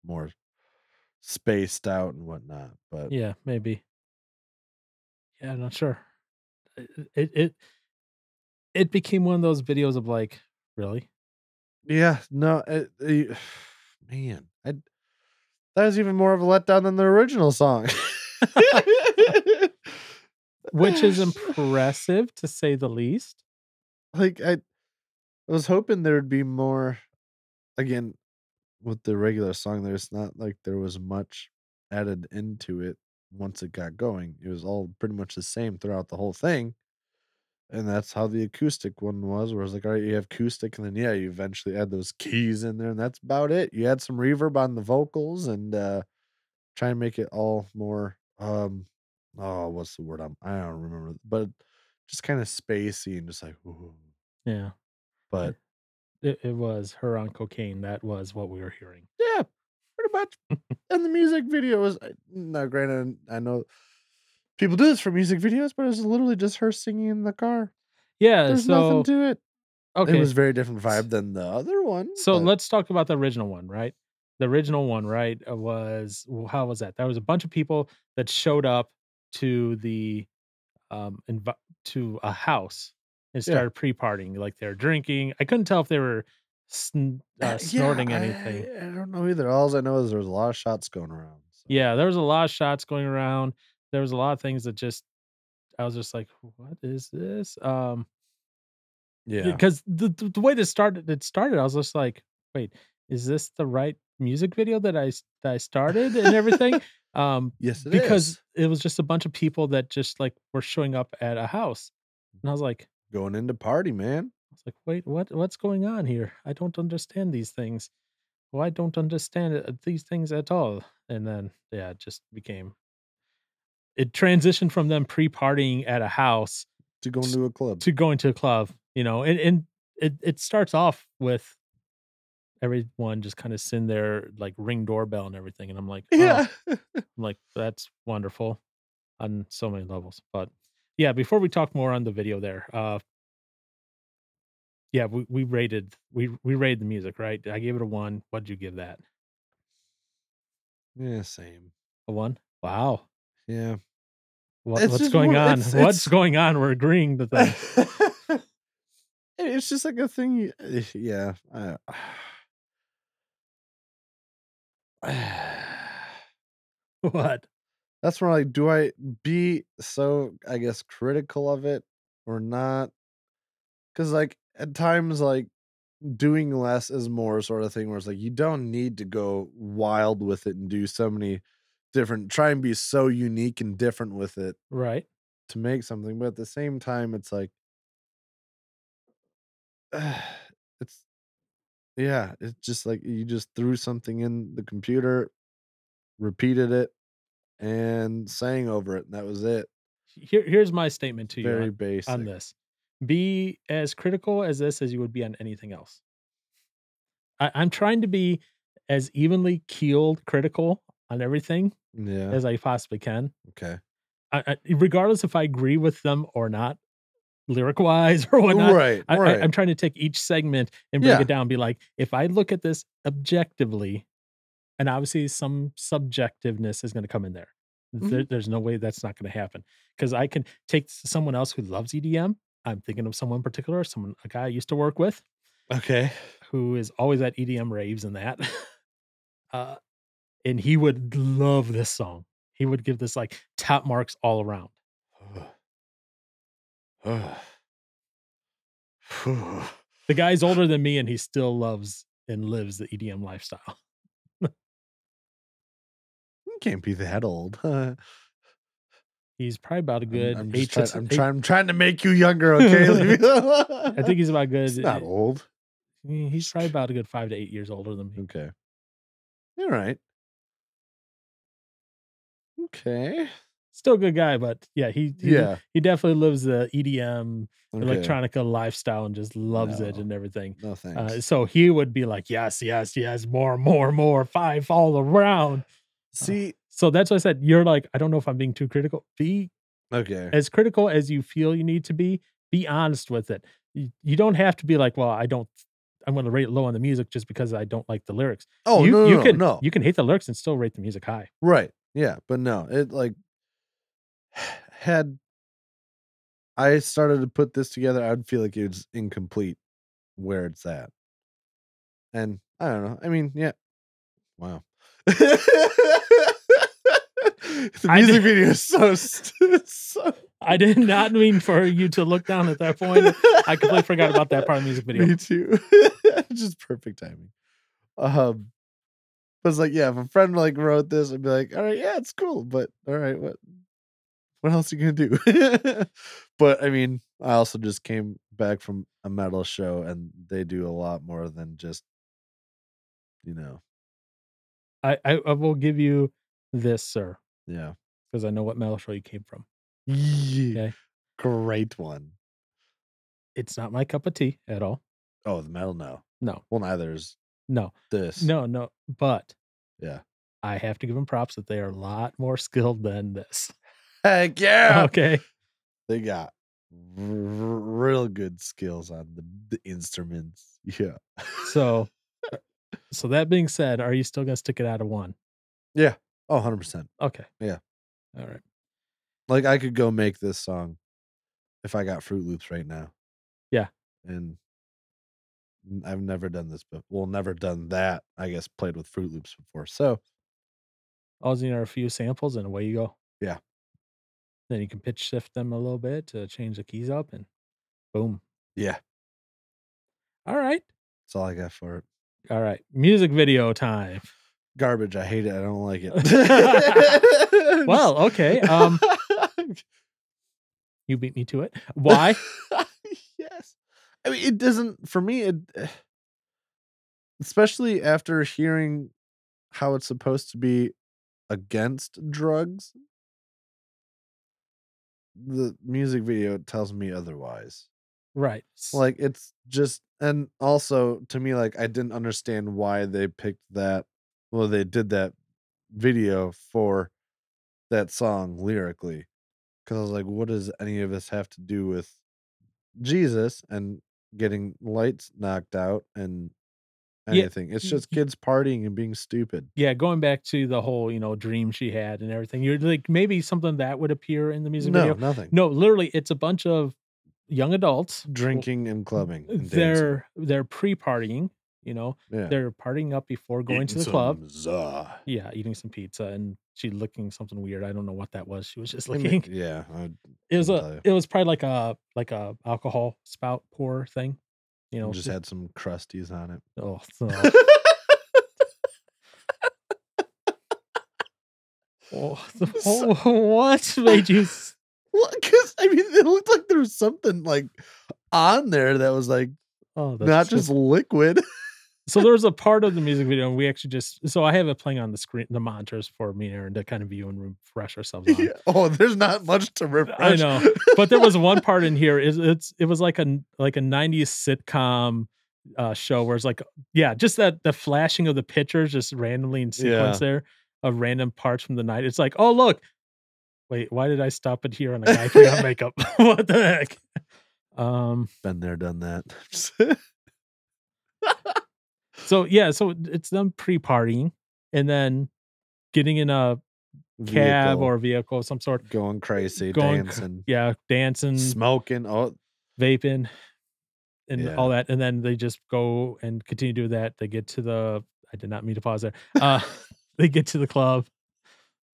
[SPEAKER 2] more spaced out and whatnot. But
[SPEAKER 1] Yeah, maybe. Yeah, I'm not sure. It it it, it became one of those videos of like, really?
[SPEAKER 2] Yeah, no, it, it- (sighs) man, I, that was even more of a letdown than the original song.
[SPEAKER 1] (laughs) Which (laughs)
[SPEAKER 2] (laughs)
[SPEAKER 1] is impressive to say the least.
[SPEAKER 2] like I, I was hoping there would be more. Again, with the regular song, there's not like there was much added into it once it got going. It was all pretty much the same throughout the whole thing. And that's how the acoustic one was, where it's like, all right, you have acoustic, and then yeah, you eventually add those keys in there, and that's about it. You add some reverb on the vocals and uh try and make it all more um oh, what's the word I'm I don't remember, but just kind of spacey and just like ooh.
[SPEAKER 1] Yeah,
[SPEAKER 2] But
[SPEAKER 1] it, it was her on cocaine. That was what we were hearing.
[SPEAKER 2] yeah, pretty much.
[SPEAKER 1] (laughs)
[SPEAKER 2] and the music video was I- now granted I know people do this for music videos, but it's literally just her singing in the car.
[SPEAKER 1] Yeah,
[SPEAKER 2] There's
[SPEAKER 1] Uh, so
[SPEAKER 2] nothing to it.
[SPEAKER 1] okay,
[SPEAKER 2] It was very different vibe than the other one.
[SPEAKER 1] so
[SPEAKER 2] but-
[SPEAKER 1] let's talk about the original one, right? The original one, right, uh, was well, how was that? There was a bunch of people that showed up to the um inv- to a house and
[SPEAKER 2] Yeah.
[SPEAKER 1] started pre-partying, like they're drinking. I couldn't tell if they were sn-
[SPEAKER 2] Uh,
[SPEAKER 1] uh,
[SPEAKER 2] (laughs) yeah,
[SPEAKER 1] snorting
[SPEAKER 2] I-
[SPEAKER 1] anything.
[SPEAKER 2] I, don't know either. All I know is there's a lot of shots going around. so-
[SPEAKER 1] Yeah, there was a lot of shots going around. There was a lot of things that just I was just like, what is this? Um
[SPEAKER 2] Yeah.
[SPEAKER 1] because the, the the way this started it started i was just like wait is this the right music video that i s- that i started and
[SPEAKER 2] (laughs)
[SPEAKER 1] everything um
[SPEAKER 2] Yes, it is.
[SPEAKER 1] because it was just a bunch of people that just like were showing up at a house and i was like i
[SPEAKER 2] going into party, man.
[SPEAKER 1] was like wait what what's going on here i don't understand these things well i don't understand it- these things at all and then yeah it just became it transitioned from them pre-partying at a house
[SPEAKER 2] To go into a club.
[SPEAKER 1] to going to a club, you know, and, and it, it starts off with everyone just kind of send their like ring doorbell and everything. And I'm like, oh,
[SPEAKER 2] (laughs) Yeah.
[SPEAKER 1] I'm like, that's wonderful on so many levels. But yeah, before we talk more on the video there, uh yeah, we, we rated we we rated the music, right? I gave it a one. What'd you give that?
[SPEAKER 2] (laughs) yeah, same.
[SPEAKER 1] A one? Wow.
[SPEAKER 2] Yeah.
[SPEAKER 1] What,
[SPEAKER 2] It's
[SPEAKER 1] what's
[SPEAKER 2] just
[SPEAKER 1] going
[SPEAKER 2] one-
[SPEAKER 1] on?
[SPEAKER 2] it's-
[SPEAKER 1] what's
[SPEAKER 2] it's-
[SPEAKER 1] going on? We're agreeing to
[SPEAKER 2] (laughs)
[SPEAKER 1] things.
[SPEAKER 2] it's just like a thing. you- eh, (sighs) Yeah. I,
[SPEAKER 1] (laughs) what?
[SPEAKER 2] (sighs) that's where like, do I be so I guess critical of it or not? Because like at times like doing less is more sort of thing where it's like you don't need to go wild with it and do so many different try and be so unique and different with it
[SPEAKER 1] Right.
[SPEAKER 2] to make something but at the same time it's like it's yeah it's just like you just threw something in the computer repeated it and sang over it and that was it
[SPEAKER 1] Here, here's my statement to you
[SPEAKER 2] very
[SPEAKER 1] on-
[SPEAKER 2] basic
[SPEAKER 1] on this. Be as critical as this as you would be on anything else. I, I'm trying to be as evenly keeled critical on everything
[SPEAKER 2] yeah
[SPEAKER 1] as I possibly can.
[SPEAKER 2] okay
[SPEAKER 1] I, I, regardless if I agree with them or not, lyric wise (laughs) or whatnot.
[SPEAKER 2] right
[SPEAKER 1] I,
[SPEAKER 2] right
[SPEAKER 1] I, am trying to take each segment and break
[SPEAKER 2] Yeah.
[SPEAKER 1] it down. Be like, if I look at this objectively, and obviously some subjectiveness is going to come in there. There-
[SPEAKER 2] Mm-hmm.
[SPEAKER 1] There's no way that's not going to happen because I can take s- someone else who loves EDM. I'm thinking of someone in particular, someone a guy I used to work with
[SPEAKER 2] okay
[SPEAKER 1] who is always at EDM raves and that. (laughs) uh, and he would love this song. He would give this like top marks all around. The guy's older than me, and he still loves and lives the EDM lifestyle.
[SPEAKER 2] You can't be that old
[SPEAKER 1] He's probably about a good.
[SPEAKER 2] I'm, I'm,
[SPEAKER 1] eight
[SPEAKER 2] just
[SPEAKER 1] to,
[SPEAKER 2] trying, I'm,
[SPEAKER 1] eight-
[SPEAKER 2] trying, I'm trying to make you younger okay Leave me alone.
[SPEAKER 1] I think he's about a good.
[SPEAKER 2] it's not old
[SPEAKER 1] eh, He's probably about a good five to eight years older than me.
[SPEAKER 2] Okay. All right. Okay.
[SPEAKER 1] Still a good guy, but yeah, he, he
[SPEAKER 2] Yeah.
[SPEAKER 1] he definitely lives the EDM
[SPEAKER 2] Okay.
[SPEAKER 1] electronica lifestyle and just loves it
[SPEAKER 2] No.
[SPEAKER 1] and everything.
[SPEAKER 2] No
[SPEAKER 1] Uh,
[SPEAKER 2] (laughs) thanks.
[SPEAKER 1] so he would be like, yes, yes, yes, more, more, more, five all around.
[SPEAKER 2] See.
[SPEAKER 1] So that's why I said you're like, I don't know if I'm being too critical. Be
[SPEAKER 2] Okay.
[SPEAKER 1] as critical as you feel you need to be. Be honest with it. You, you don't have to be like, well, I don't. I'm going to rate low on the music just because I don't like the lyrics.
[SPEAKER 2] Oh
[SPEAKER 1] you,
[SPEAKER 2] no, no,
[SPEAKER 1] you
[SPEAKER 2] no,
[SPEAKER 1] can
[SPEAKER 2] no.
[SPEAKER 1] you can hate the lyrics and still rate the music high.
[SPEAKER 2] right. Yeah, but no. It like (sighs) had I started to put this together, I'd feel like it's incomplete where it's at. And I don't know. I mean, yeah. Wow. (laughs) the
[SPEAKER 1] I
[SPEAKER 2] music
[SPEAKER 1] did-
[SPEAKER 2] video is so st- (laughs) so
[SPEAKER 1] I did not mean for you to look down at that point. I
[SPEAKER 2] (laughs)
[SPEAKER 1] completely forgot about that part of the music video.
[SPEAKER 2] Me too. (laughs) Just perfect timing. Um, but it's like, yeah, if a friend like wrote this, I'd be like, all right, yeah, it's cool, but all right, what, what else are you gonna do? (laughs) but I mean, I also just came back from a metal show, and they do a lot more than just, you know,
[SPEAKER 1] I, I, I will give you this, sir,
[SPEAKER 2] yeah,
[SPEAKER 1] because I know what metal show you came from.
[SPEAKER 2] yeah.
[SPEAKER 1] Okay.
[SPEAKER 2] great one.
[SPEAKER 1] It's not my cup of tea at all.
[SPEAKER 2] Oh, the metal, no,
[SPEAKER 1] No,
[SPEAKER 2] well, neither is
[SPEAKER 1] no,
[SPEAKER 2] this.
[SPEAKER 1] no, no. But
[SPEAKER 2] Yeah.
[SPEAKER 1] I have to give them props that they are a lot more (laughs) skilled than this.
[SPEAKER 2] heck (laughs) yeah.
[SPEAKER 1] Okay,
[SPEAKER 2] they got r- r- real good skills on the, the instruments. Yeah. (laughs)
[SPEAKER 1] so so that being said, are you still going to stick it out of one?
[SPEAKER 2] Oh, 100%.
[SPEAKER 1] Okay.
[SPEAKER 2] Yeah.
[SPEAKER 1] All right.
[SPEAKER 2] Like I could go make this song if I got Fruit Loops right now.
[SPEAKER 1] Yeah.
[SPEAKER 2] And n- I've never done this, but well, never done that. I guess played with Fruit Loops before. So
[SPEAKER 1] All you need are a few samples and away you go.
[SPEAKER 2] Yeah.
[SPEAKER 1] Then you can pitch shift them a little bit to change the keys up and boom.
[SPEAKER 2] yeah,
[SPEAKER 1] All right.
[SPEAKER 2] that's all I got for it.
[SPEAKER 1] All right. Music video
[SPEAKER 2] (laughs)
[SPEAKER 1] time.
[SPEAKER 2] Garbage. I hate it. I don't like it.
[SPEAKER 1] (laughs)
[SPEAKER 2] (laughs)
[SPEAKER 1] Well, okay. Um, you beat me to it. Why?
[SPEAKER 2] (laughs) yes. I mean, it doesn't, for me, it, eh, especially after hearing how it's supposed to be against drugs, the music video tells me otherwise.
[SPEAKER 1] right. S-
[SPEAKER 2] Like it's just and also to me like I didn't understand why they picked that well they did that video for that song lyrically cuz I was like what does any of this have to do with Jesus and getting lights knocked out and
[SPEAKER 1] Yeah,
[SPEAKER 2] anything. It's
[SPEAKER 1] y-
[SPEAKER 2] just
[SPEAKER 1] y-
[SPEAKER 2] kids partying and being stupid.
[SPEAKER 1] yeah, going back to the whole you know dream she had and everything. You're like maybe something that would appear in the music
[SPEAKER 2] No,
[SPEAKER 1] video.
[SPEAKER 2] nothing.
[SPEAKER 1] No, literally, it's a bunch of young adults.
[SPEAKER 2] Drinking and clubbing. And dancing.
[SPEAKER 1] They're they're pre-partying. You know,
[SPEAKER 2] Yeah.
[SPEAKER 1] they're partying up before going to
[SPEAKER 2] Eating
[SPEAKER 1] the club.
[SPEAKER 2] some uh, za.
[SPEAKER 1] Yeah, eating some pizza and she looking something weird. I don't know what that was. She was just
[SPEAKER 2] I mean,
[SPEAKER 1] looking.
[SPEAKER 2] Yeah.
[SPEAKER 1] (laughs)
[SPEAKER 2] I,
[SPEAKER 1] It was
[SPEAKER 2] I'll tell
[SPEAKER 1] a.
[SPEAKER 2] you.
[SPEAKER 1] It was probably like a like a alcohol spout pour thing. You know,
[SPEAKER 2] just had some crusties on it.
[SPEAKER 1] oh so- oh,
[SPEAKER 2] (laughs) So-
[SPEAKER 1] oh, (laughs) what made you? s-
[SPEAKER 2] Well, because I mean, it looked like there was something like on there that was like
[SPEAKER 1] Oh, that's
[SPEAKER 2] not just
[SPEAKER 1] (laughs)
[SPEAKER 2] liquid.
[SPEAKER 1] so there was a part of the music video and we actually just so i have it playing on the screen the monitors for me and aaron to kind of view and refresh ourselves on.
[SPEAKER 2] (laughs) oh, there's not much to refresh.
[SPEAKER 1] know, but there was one part in here is it's it was like a like a 90s sitcom uh show where it's like yeah just that the flashing of the pictures just randomly in sequence
[SPEAKER 2] Yeah.
[SPEAKER 1] there of random parts from the night it's like oh look wait why did i stop it here on a guy without makeup (laughs) what the heck um
[SPEAKER 2] Been there, done that. (laughs)
[SPEAKER 1] so yeah so it's them pre-partying and then getting in a cab
[SPEAKER 2] Vehicle,
[SPEAKER 1] or vehicle of some sort
[SPEAKER 2] going crazy,
[SPEAKER 1] going cr-
[SPEAKER 2] dancing,
[SPEAKER 1] yeah dancing
[SPEAKER 2] smoking. Oh,
[SPEAKER 1] vaping and
[SPEAKER 2] Yeah.
[SPEAKER 1] all that and then they just go and continue to do that they get to the i did not mean to pause there uh (laughs) they get to the club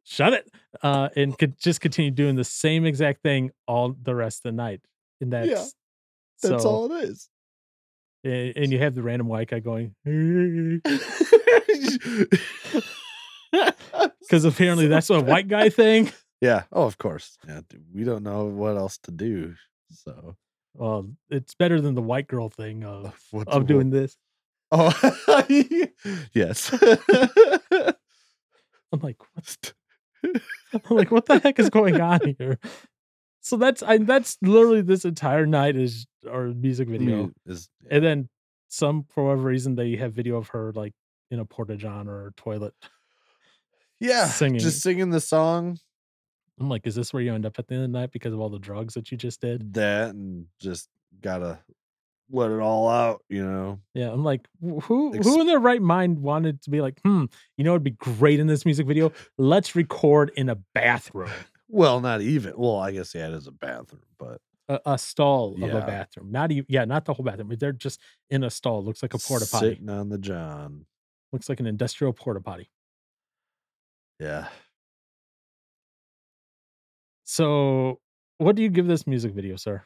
[SPEAKER 1] shut it uh and could just continue doing the same exact thing all the rest of the night and that's
[SPEAKER 2] that's
[SPEAKER 1] so,
[SPEAKER 2] all it
[SPEAKER 1] (laughs)
[SPEAKER 2] is. (laughs)
[SPEAKER 1] a- and, you have the random white guy going
[SPEAKER 2] (laughs)
[SPEAKER 1] because apparently that's a white guy thing
[SPEAKER 2] Yeah. Oh, of course. Yeah. d- We don't know what else to do. So
[SPEAKER 1] well it's better than the white girl thing of
[SPEAKER 2] (laughs) what
[SPEAKER 1] of doing this
[SPEAKER 2] Oh, (laughs) yes.
[SPEAKER 1] i'm like I'm (laughs) like, what the heck is going
[SPEAKER 2] (laughs)
[SPEAKER 1] on here? So that's I, that's literally this entire night is our music video,
[SPEAKER 2] Mu- is
[SPEAKER 1] and then some for whatever reason they have video of her like in a porta john or a toilet.
[SPEAKER 2] yeah,
[SPEAKER 1] singing.
[SPEAKER 2] just singing the song
[SPEAKER 1] I'm like, is this where you end up at the end of the night because of all the drugs that you just
[SPEAKER 2] Mm.
[SPEAKER 1] did?
[SPEAKER 2] that, and just gotta let it all out. You know,
[SPEAKER 1] Yeah, I'm like, wh- who
[SPEAKER 2] Ex-
[SPEAKER 1] who in their right mind wanted to be like, hmm, you know, it'd be great in this music video. Let's record in a bathroom,
[SPEAKER 2] well, not even. Well, I guess yeah, it is a bathroom, but
[SPEAKER 1] a, a stall of a
[SPEAKER 2] Yeah.
[SPEAKER 1] bathroom. Not even, yeah, not the whole bathroom. They're just in a stall. Looks like a porta potty.
[SPEAKER 2] sitting on the john.
[SPEAKER 1] Looks like an industrial porta potty.
[SPEAKER 2] Yeah,
[SPEAKER 1] So, what do you give this music video, sir?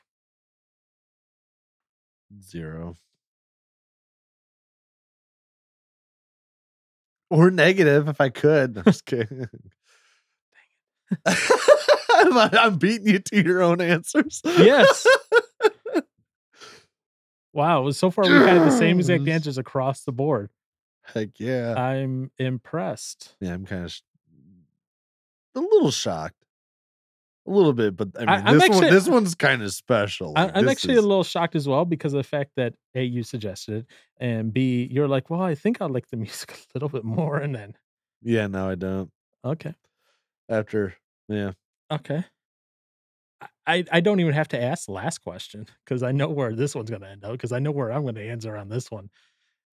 [SPEAKER 2] zero or negative if I could. I'm just kidding. (laughs) I'm, I'm beating you to your own answers.
[SPEAKER 1] Yes. wow. So far, we've had the same
[SPEAKER 2] (laughs)
[SPEAKER 1] exact
[SPEAKER 2] Yes.
[SPEAKER 1] answers across the board.
[SPEAKER 2] Heck yeah.
[SPEAKER 1] I'm impressed.
[SPEAKER 2] yeah, I'm kind of sh- a little shocked, a little bit, but I mean,
[SPEAKER 1] I- I'm
[SPEAKER 2] this
[SPEAKER 1] actually-
[SPEAKER 2] one, this one's kind of special.
[SPEAKER 1] I,
[SPEAKER 2] like,
[SPEAKER 1] I'm
[SPEAKER 2] this
[SPEAKER 1] actually a
[SPEAKER 2] is-
[SPEAKER 1] little shocked as well because of the fact that A, you suggested it, and B, you're like, well, I think I like the (laughs) music a little bit more. And then,
[SPEAKER 2] yeah. No, I don't.
[SPEAKER 1] okay.
[SPEAKER 2] After yeah,
[SPEAKER 1] Okay. I- I, I don't even have to ask the last question because I know where this one's going to end up because I know where I'm going to answer on this one.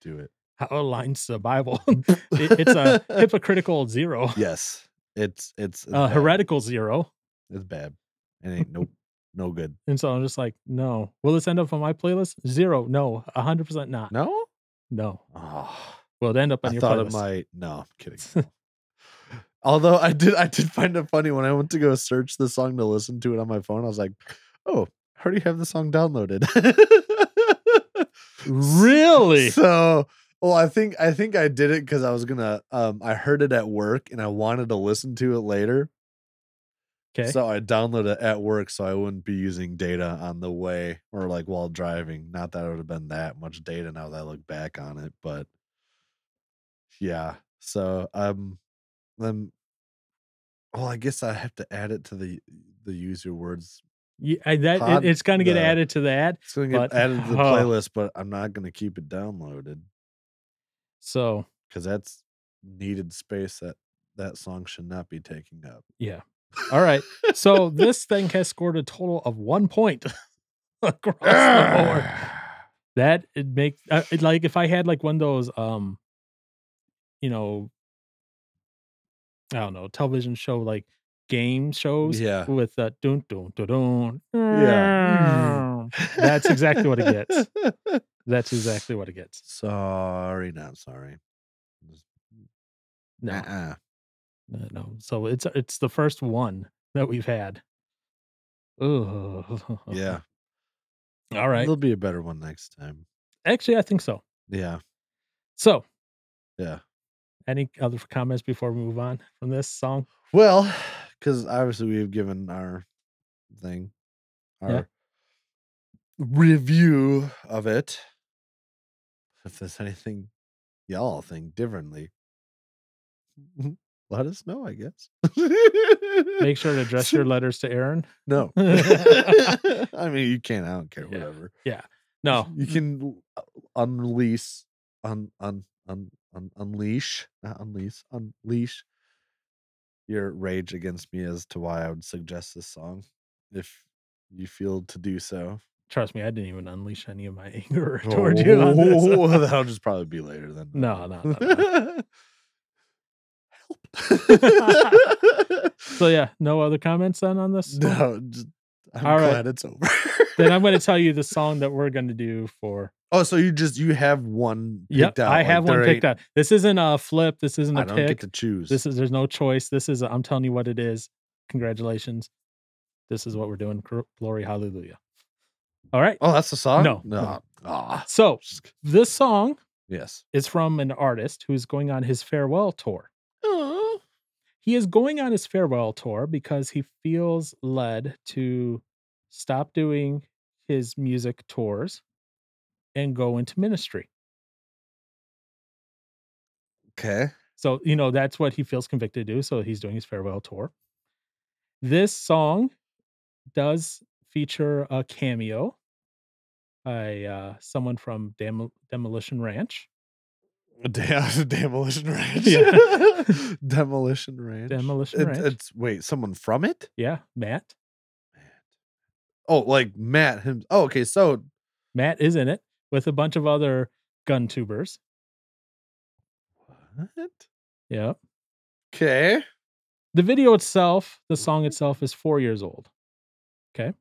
[SPEAKER 2] do it.
[SPEAKER 1] How aligns to the Bible? it, it's
[SPEAKER 2] (laughs)
[SPEAKER 1] a hypocritical zero.
[SPEAKER 2] yes. It's it's, it's
[SPEAKER 1] uh,
[SPEAKER 2] bad.
[SPEAKER 1] heretical zero.
[SPEAKER 2] It's bad. It ain't nope, no good.
[SPEAKER 1] And so I'm just like, no. Will this end up on my playlist? Zero. No. a 100% not.
[SPEAKER 2] No.
[SPEAKER 1] No.
[SPEAKER 2] Oh,
[SPEAKER 1] Will it end up on
[SPEAKER 2] I
[SPEAKER 1] your
[SPEAKER 2] thought
[SPEAKER 1] playlist?
[SPEAKER 2] it might. No, I'm kidding. Although I did, I did find it funny when I went to go search the song to listen to it on my phone. I was like, "Oh, I already have the song downloaded." (laughs) (laughs)
[SPEAKER 1] really?
[SPEAKER 2] So, well, I think I think I did it because I was gonna. Um, I heard it at work and I wanted to listen to it later,
[SPEAKER 1] Okay.
[SPEAKER 2] so I downloaded it at work so I wouldn't be using data on the way or like while driving. Not that it would have been that much data now that I look back on it, but yeah. So um, then, well, I guess I have to add it to the the use your words
[SPEAKER 1] Yeah, I- that
[SPEAKER 2] Pod-
[SPEAKER 1] it, it's going to get
[SPEAKER 2] the-
[SPEAKER 1] added to that.
[SPEAKER 2] It's gonna get
[SPEAKER 1] But-
[SPEAKER 2] added to the
[SPEAKER 1] oh.
[SPEAKER 2] playlist, but I'm not gonna keep it downloaded
[SPEAKER 1] So
[SPEAKER 2] because that's needed space that that song should not be taking up.
[SPEAKER 1] yeah. All right.
[SPEAKER 2] (laughs)
[SPEAKER 1] So this thing has scored a total of one point (laughs) across
[SPEAKER 2] Ah.
[SPEAKER 1] the board. that it make uh, it, like if I had like one of those um you know I don't know television show like game shows
[SPEAKER 2] (sighs) Yeah.
[SPEAKER 1] with uh dun dun dun dun Mm.
[SPEAKER 2] Yeah.
[SPEAKER 1] That's exactly what it
[SPEAKER 2] (laughs)
[SPEAKER 1] gets. that's exactly what it gets
[SPEAKER 2] Sorry, not sorry.
[SPEAKER 1] no uh,
[SPEAKER 2] Uh-uh.
[SPEAKER 1] no so it's it's the first one that we've had Ugh.
[SPEAKER 2] Yeah.
[SPEAKER 1] (laughs) all right
[SPEAKER 2] There'll be a better one next time.
[SPEAKER 1] actually I think so
[SPEAKER 2] Yeah.
[SPEAKER 1] so
[SPEAKER 2] Yeah.
[SPEAKER 1] any other comments before we move on from this
[SPEAKER 2] (laughs)
[SPEAKER 1] song
[SPEAKER 2] Well, because obviously we have given our thing, our
[SPEAKER 1] Yeah.
[SPEAKER 2] review of it. If there's anything y'all think differently, (laughs) let us know, I guess.
[SPEAKER 1] make sure
[SPEAKER 2] (laughs)
[SPEAKER 1] to address your letters to Aaron (laughs)
[SPEAKER 2] no. (laughs) I mean, you can. I don't care.
[SPEAKER 1] Yeah.
[SPEAKER 2] Whatever.
[SPEAKER 1] no
[SPEAKER 2] (laughs) You can l- uh, unleash, un, un, un, un, unleash, not unleash, unleash your rage against me as to why I would suggest this song if you feel to do so. (laughs)
[SPEAKER 1] trust me, I didn't even unleash any of my (laughs) anger toward you on
[SPEAKER 2] Oh,
[SPEAKER 1] this.
[SPEAKER 2] (laughs) that'll just probably be later then.
[SPEAKER 1] (laughs)
[SPEAKER 2] (laughs)
[SPEAKER 1] No, no, no,
[SPEAKER 2] Help. (laughs)
[SPEAKER 1] so yeah, no other comments then on this. song?
[SPEAKER 2] no, just, I'm
[SPEAKER 1] All right.
[SPEAKER 2] glad it's (laughs) over.
[SPEAKER 1] then I'm going to tell you the song that we're going to do for.
[SPEAKER 2] oh, so you just you have one picked
[SPEAKER 1] Yep,
[SPEAKER 2] out.
[SPEAKER 1] I have one picked
[SPEAKER 2] out.
[SPEAKER 1] out. This isn't a flip. This isn't a
[SPEAKER 2] I don't
[SPEAKER 1] pick.
[SPEAKER 2] get to choose.
[SPEAKER 1] This is there's no choice. This is i I'm telling you what it is. Congratulations. This is what we're doing. Gr- Glory, hallelujah. All right.
[SPEAKER 2] oh, that's the song.
[SPEAKER 1] No.
[SPEAKER 2] no. Ah,
[SPEAKER 1] So this song
[SPEAKER 2] yes.
[SPEAKER 1] is from an artist who's going on his farewell tour. he is going on his farewell tour because he feels led to stop doing his music tours and go into ministry.
[SPEAKER 2] Okay.
[SPEAKER 1] So, you know, that's what he feels convicted to do. So he's doing his farewell tour. This song does feature a cameo by uh, someone from Demo- Demolition Ranch.
[SPEAKER 2] Damn, (laughs) demolition ranch.
[SPEAKER 1] Yeah.
[SPEAKER 2] (laughs) demolition ranch.
[SPEAKER 1] Demolition
[SPEAKER 2] It-
[SPEAKER 1] Ranch.
[SPEAKER 2] It's wait, someone from it?
[SPEAKER 1] Yeah, Matt.
[SPEAKER 2] Oh, like Matt him. Oh, okay. So
[SPEAKER 1] Matt is in it with a bunch of other gun tubers.
[SPEAKER 2] what?
[SPEAKER 1] Yeah.
[SPEAKER 2] Okay.
[SPEAKER 1] the video itself, the song itself is four years old. Okay.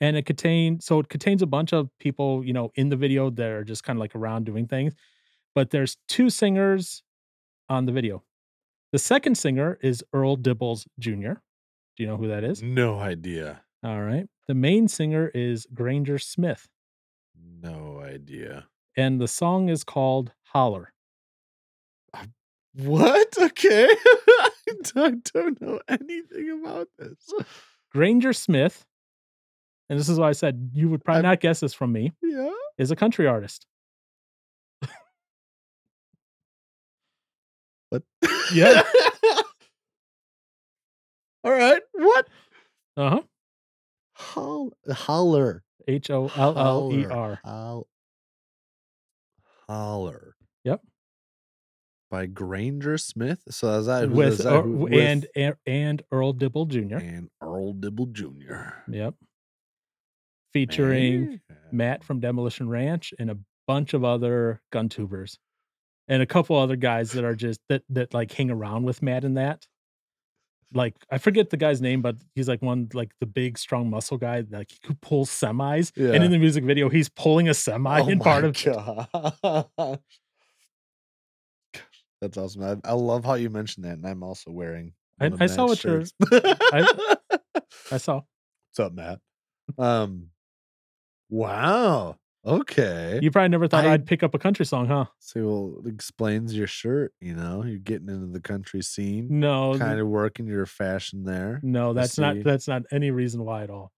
[SPEAKER 1] And it contains so it contains a bunch of people, you know, in the video that are just kind of like around doing things. But there's two singers on the video. The second singer is Earl Dibbles Jr. Do you know who that is?
[SPEAKER 2] No idea.
[SPEAKER 1] All right. The main singer is Granger Smith.
[SPEAKER 2] No idea.
[SPEAKER 1] And the song is called Holler.
[SPEAKER 2] What? Okay. (laughs) I don't- don't know anything about this.
[SPEAKER 1] Granger Smith, and this is why I said you would probably
[SPEAKER 2] I'm-
[SPEAKER 1] not guess this from me,
[SPEAKER 2] Yeah.
[SPEAKER 1] is a country artist.
[SPEAKER 2] What?
[SPEAKER 1] Yeah.
[SPEAKER 2] (laughs) All right. What?
[SPEAKER 1] Uh huh.
[SPEAKER 2] Holl- holler.
[SPEAKER 1] H O L L E R.
[SPEAKER 2] Holl- holler.
[SPEAKER 1] Yep.
[SPEAKER 2] By Granger Smith. So is that who-
[SPEAKER 1] With,
[SPEAKER 2] is that
[SPEAKER 1] Ear-
[SPEAKER 2] who-
[SPEAKER 1] and and- and Earl Dibble Jr.
[SPEAKER 2] and Earl Dibble Jr.
[SPEAKER 1] Yep. Featuring
[SPEAKER 2] Yeah.
[SPEAKER 1] Matt from Demolition Ranch and a bunch of other gun tubers. And a couple other guys that are just that that like hang around with Matt and that. Like I forget the guy's name, but he's like one like the big strong muscle guy, like he could pull semis. And
[SPEAKER 2] Yeah.
[SPEAKER 1] in the music video, he's pulling a semi
[SPEAKER 2] (laughs) Oh
[SPEAKER 1] in part
[SPEAKER 2] my (laughs)
[SPEAKER 1] of
[SPEAKER 2] gosh. That's awesome. I, I love how you mentioned that, and I'm also wearing.
[SPEAKER 1] I-
[SPEAKER 2] one of
[SPEAKER 1] I saw what
[SPEAKER 2] Matt's
[SPEAKER 1] you're-
[SPEAKER 2] shirts. (laughs)
[SPEAKER 1] I- I saw.
[SPEAKER 2] What's up, Matt? Um, wow. Okay.
[SPEAKER 1] You probably never thought
[SPEAKER 2] I-
[SPEAKER 1] I'd pick up a country song, huh?
[SPEAKER 2] So it explains your shirt. You know, you're getting into the country scene,
[SPEAKER 1] No. th-
[SPEAKER 2] kind of working your fashion there.
[SPEAKER 1] No, that's not
[SPEAKER 2] see.
[SPEAKER 1] that's not any reason why at all.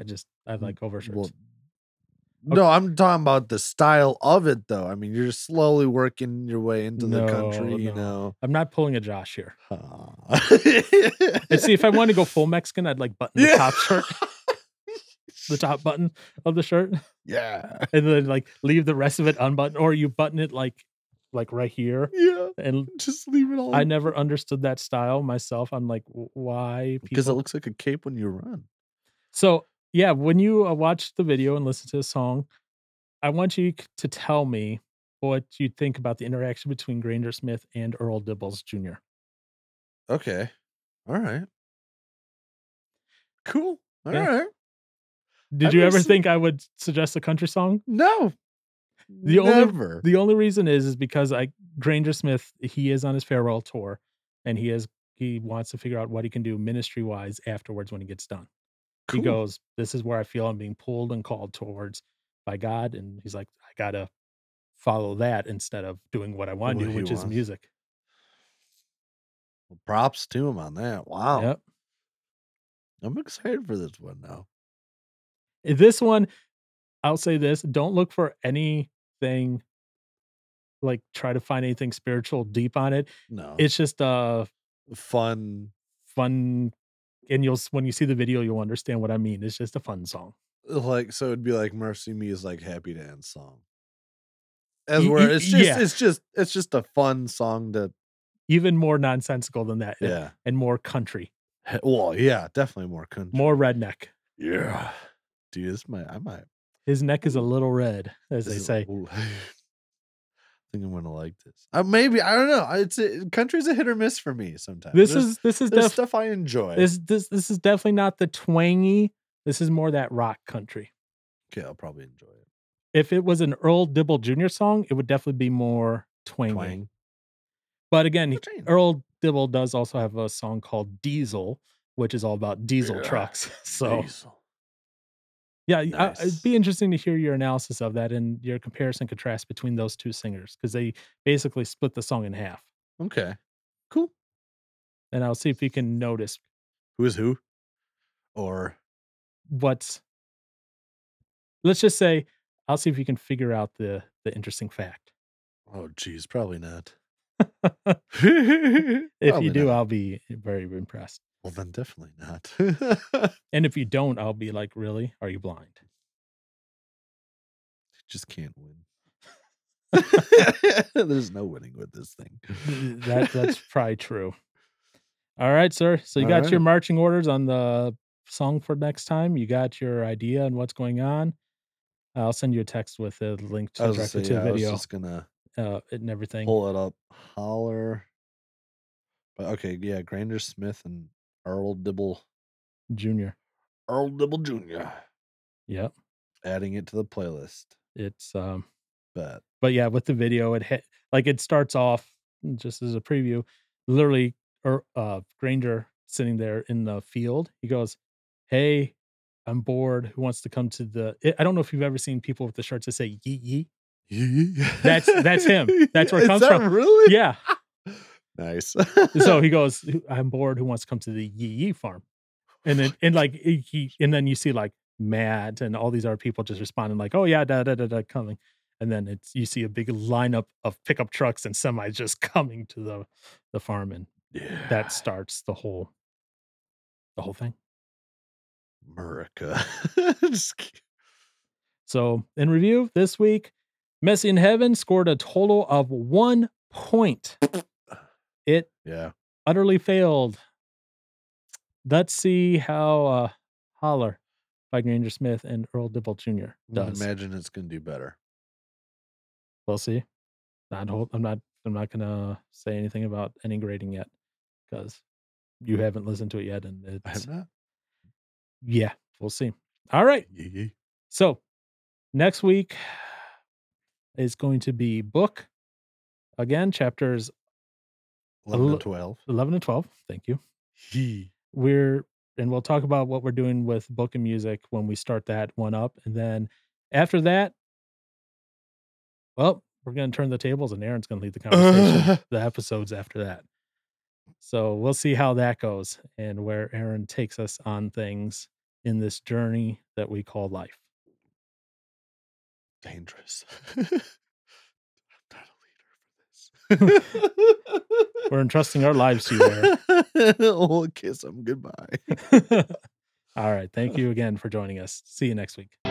[SPEAKER 1] I just I like overshirts.
[SPEAKER 2] Well, no, I'm talking about the style of it, though. I mean, you're slowly working your way into the country.
[SPEAKER 1] No,
[SPEAKER 2] You
[SPEAKER 1] no.
[SPEAKER 2] know.
[SPEAKER 1] I'm not pulling a Josh
[SPEAKER 2] (laughs)
[SPEAKER 1] here.
[SPEAKER 2] Ah. (laughs)
[SPEAKER 1] And see, if I want to go full Mexican, I'd like button the top shirt. the top button of the shirt
[SPEAKER 2] Yeah.
[SPEAKER 1] and then like leave the rest of it unbuttoned or you button it like like right here
[SPEAKER 2] Yeah.
[SPEAKER 1] and
[SPEAKER 2] Just leave it all.
[SPEAKER 1] I never understood that style myself. I'm like, "W- why?
[SPEAKER 2] Because it
[SPEAKER 1] people-"
[SPEAKER 2] looks like a cape when you run.
[SPEAKER 1] so yeah, when you uh, watch the video and listen to the song, I want you c- to tell me what you think about the interaction between Granger Smith and Earl Dibbles Jr.
[SPEAKER 2] Okay. All right. Cool. All right.
[SPEAKER 1] Yeah. Did
[SPEAKER 2] I've
[SPEAKER 1] you
[SPEAKER 2] never
[SPEAKER 1] ever
[SPEAKER 2] seen-
[SPEAKER 1] think I would suggest a country song?
[SPEAKER 2] No.
[SPEAKER 1] The only-
[SPEAKER 2] Never.
[SPEAKER 1] The only reason is is because I Granger Smith he is on his farewell tour, and he is he wants to figure out what he can do ministry wise afterwards when he gets done. he
[SPEAKER 2] Cool.
[SPEAKER 1] goes, This is where I feel I'm being pulled and called towards by God. And he's like, I gotta follow that instead of doing what I want to
[SPEAKER 2] What
[SPEAKER 1] do,
[SPEAKER 2] he
[SPEAKER 1] which is
[SPEAKER 2] wants.
[SPEAKER 1] music.
[SPEAKER 2] Well, props to him on that. Wow.
[SPEAKER 1] Yep.
[SPEAKER 2] I'm excited for this one now.
[SPEAKER 1] This one, I'll say this don't look for anything like try to find anything spiritual deep on it.
[SPEAKER 2] No.
[SPEAKER 1] It's just uh
[SPEAKER 2] fun.
[SPEAKER 1] fun and you'll s- when you see the video you'll understand what I mean. It's just a fun song.
[SPEAKER 2] Like so it'd be like Mercy Me is like happy to end song. As
[SPEAKER 1] Y-
[SPEAKER 2] where
[SPEAKER 1] y-
[SPEAKER 2] it's just
[SPEAKER 1] yeah.
[SPEAKER 2] it's just it's just a fun song to
[SPEAKER 1] Even more nonsensical than that. and-
[SPEAKER 2] yeah.
[SPEAKER 1] And more country.
[SPEAKER 2] He- Well, yeah, definitely more country.
[SPEAKER 1] More redneck.
[SPEAKER 2] yeah. Dude, this might I might
[SPEAKER 1] His neck is a little red, as they
[SPEAKER 2] This is-
[SPEAKER 1] say.
[SPEAKER 2] ooh, (laughs) I think I'm gonna like this. Uh, maybe I don't know. I- It's a, country's a hit or miss for me sometimes.
[SPEAKER 1] This
[SPEAKER 2] There's-
[SPEAKER 1] is this is
[SPEAKER 2] there's
[SPEAKER 1] def-
[SPEAKER 2] stuff I enjoy.
[SPEAKER 1] this this this is definitely not the twangy. This is more that rock country.
[SPEAKER 2] okay, I'll probably enjoy it.
[SPEAKER 1] If it was an Earl Dibble Jr. song, it would definitely be more twangy.
[SPEAKER 2] Twang.
[SPEAKER 1] But again, he-
[SPEAKER 2] Twang.
[SPEAKER 1] Earl Dibble does also have a song called Diesel, which is all about diesel
[SPEAKER 2] Yeah.
[SPEAKER 1] trucks. (laughs) So
[SPEAKER 2] Diesel.
[SPEAKER 1] yeah, I-
[SPEAKER 2] Nice.
[SPEAKER 1] it'd be interesting to hear your analysis of that and your comparison contrast between those two singers because they basically split the song in half.
[SPEAKER 2] Okay. Cool.
[SPEAKER 1] And I'll see if you can notice
[SPEAKER 2] Who is who? Or
[SPEAKER 1] what's. Let's just say, I'll see if you can figure out the the interesting fact.
[SPEAKER 2] oh geez,
[SPEAKER 1] (laughs)
[SPEAKER 2] probably not.
[SPEAKER 1] If
[SPEAKER 2] Probably
[SPEAKER 1] you do,
[SPEAKER 2] not.
[SPEAKER 1] I'll be very impressed.
[SPEAKER 2] Well then definitely
[SPEAKER 1] (laughs)
[SPEAKER 2] not.
[SPEAKER 1] And if you don't, I'll be like, really? Are you blind?
[SPEAKER 2] Just can't
[SPEAKER 1] (laughs)
[SPEAKER 2] win. (laughs) There's no winning with this thing.
[SPEAKER 1] Th- That that's probably true. All right, sir. So you got your
[SPEAKER 2] Alright.
[SPEAKER 1] marching orders on the song for next time. You got your idea on what's going on. I'll send you a text with a link
[SPEAKER 2] (laughs) I
[SPEAKER 1] to
[SPEAKER 2] was, gonna
[SPEAKER 1] directly
[SPEAKER 2] say,
[SPEAKER 1] to
[SPEAKER 2] yeah,
[SPEAKER 1] the
[SPEAKER 2] I was
[SPEAKER 1] video
[SPEAKER 2] just gonna
[SPEAKER 1] uh, and everything.
[SPEAKER 2] pull it up. Holler. But okay, yeah, Granger Smith and Earl Dibble,
[SPEAKER 1] Junior.
[SPEAKER 2] Earl Dibble Jr.
[SPEAKER 1] Yep.
[SPEAKER 2] Adding it to the playlist.
[SPEAKER 1] It's um
[SPEAKER 2] But
[SPEAKER 1] but yeah, with the video, it hit like it starts off mm, just as a preview. Literally, er, uh, Granger sitting there in the field. He goes, "Hey, I'm bored. Who wants to come to the?" I- I don't know if you've ever seen people with the shirts that say "Yee Yee."
[SPEAKER 2] that's
[SPEAKER 1] That's- that's him. That's
[SPEAKER 2] (laughs)
[SPEAKER 1] where it comes from.
[SPEAKER 2] Really?
[SPEAKER 1] Yeah.
[SPEAKER 2] Nice.
[SPEAKER 1] So he goes, "Who- "I'm bored. Who wants to come to the Yee Yee farm?" And then and like he- he and then you see like Matt and all these other people just responding like, "Oh yeah, da da da da coming." And then it's you see a big lineup of pickup trucks and semis just (laughs) coming to the the farm and
[SPEAKER 2] yeah.
[SPEAKER 1] that starts the whole the whole thing
[SPEAKER 2] America. (laughs) Just ki-
[SPEAKER 1] so in review this week messi in heaven scored a total of one point it
[SPEAKER 2] yeah.
[SPEAKER 1] utterly failed let's see how uh holler by granger smith and earl dibble jr
[SPEAKER 2] I
[SPEAKER 1] does
[SPEAKER 2] imagine it's gonna do better.
[SPEAKER 1] we'll see not hold, i'm not i'm not gonna say anything about any grading yet because you haven't listened to it yet and
[SPEAKER 2] I
[SPEAKER 1] it's
[SPEAKER 2] have not.
[SPEAKER 1] yeah we'll see all right
[SPEAKER 2] Yee.
[SPEAKER 1] So next week is going to be book again, chapters
[SPEAKER 2] Eleven
[SPEAKER 1] lo-
[SPEAKER 2] and twelve.
[SPEAKER 1] 11 and 12. Thank you.
[SPEAKER 2] (laughs) Yee.
[SPEAKER 1] We're, and we'll talk about what we're doing with book and music when we start that one up. And then after that, well, we're going to turn the tables and Aaron's going to lead the
[SPEAKER 2] (laughs)
[SPEAKER 1] conversation, the episodes after that. So we'll see how that goes and where Aaron takes us on things in this journey that we call life. (laughs)
[SPEAKER 2] dangerous. (laughs) I'm not a leader for this. (laughs)
[SPEAKER 1] We're entrusting our lives to (laughs) you, Aaron.
[SPEAKER 2] we'll kiss him goodbye.
[SPEAKER 1] All All right. Thank you again for joining us. See you next week.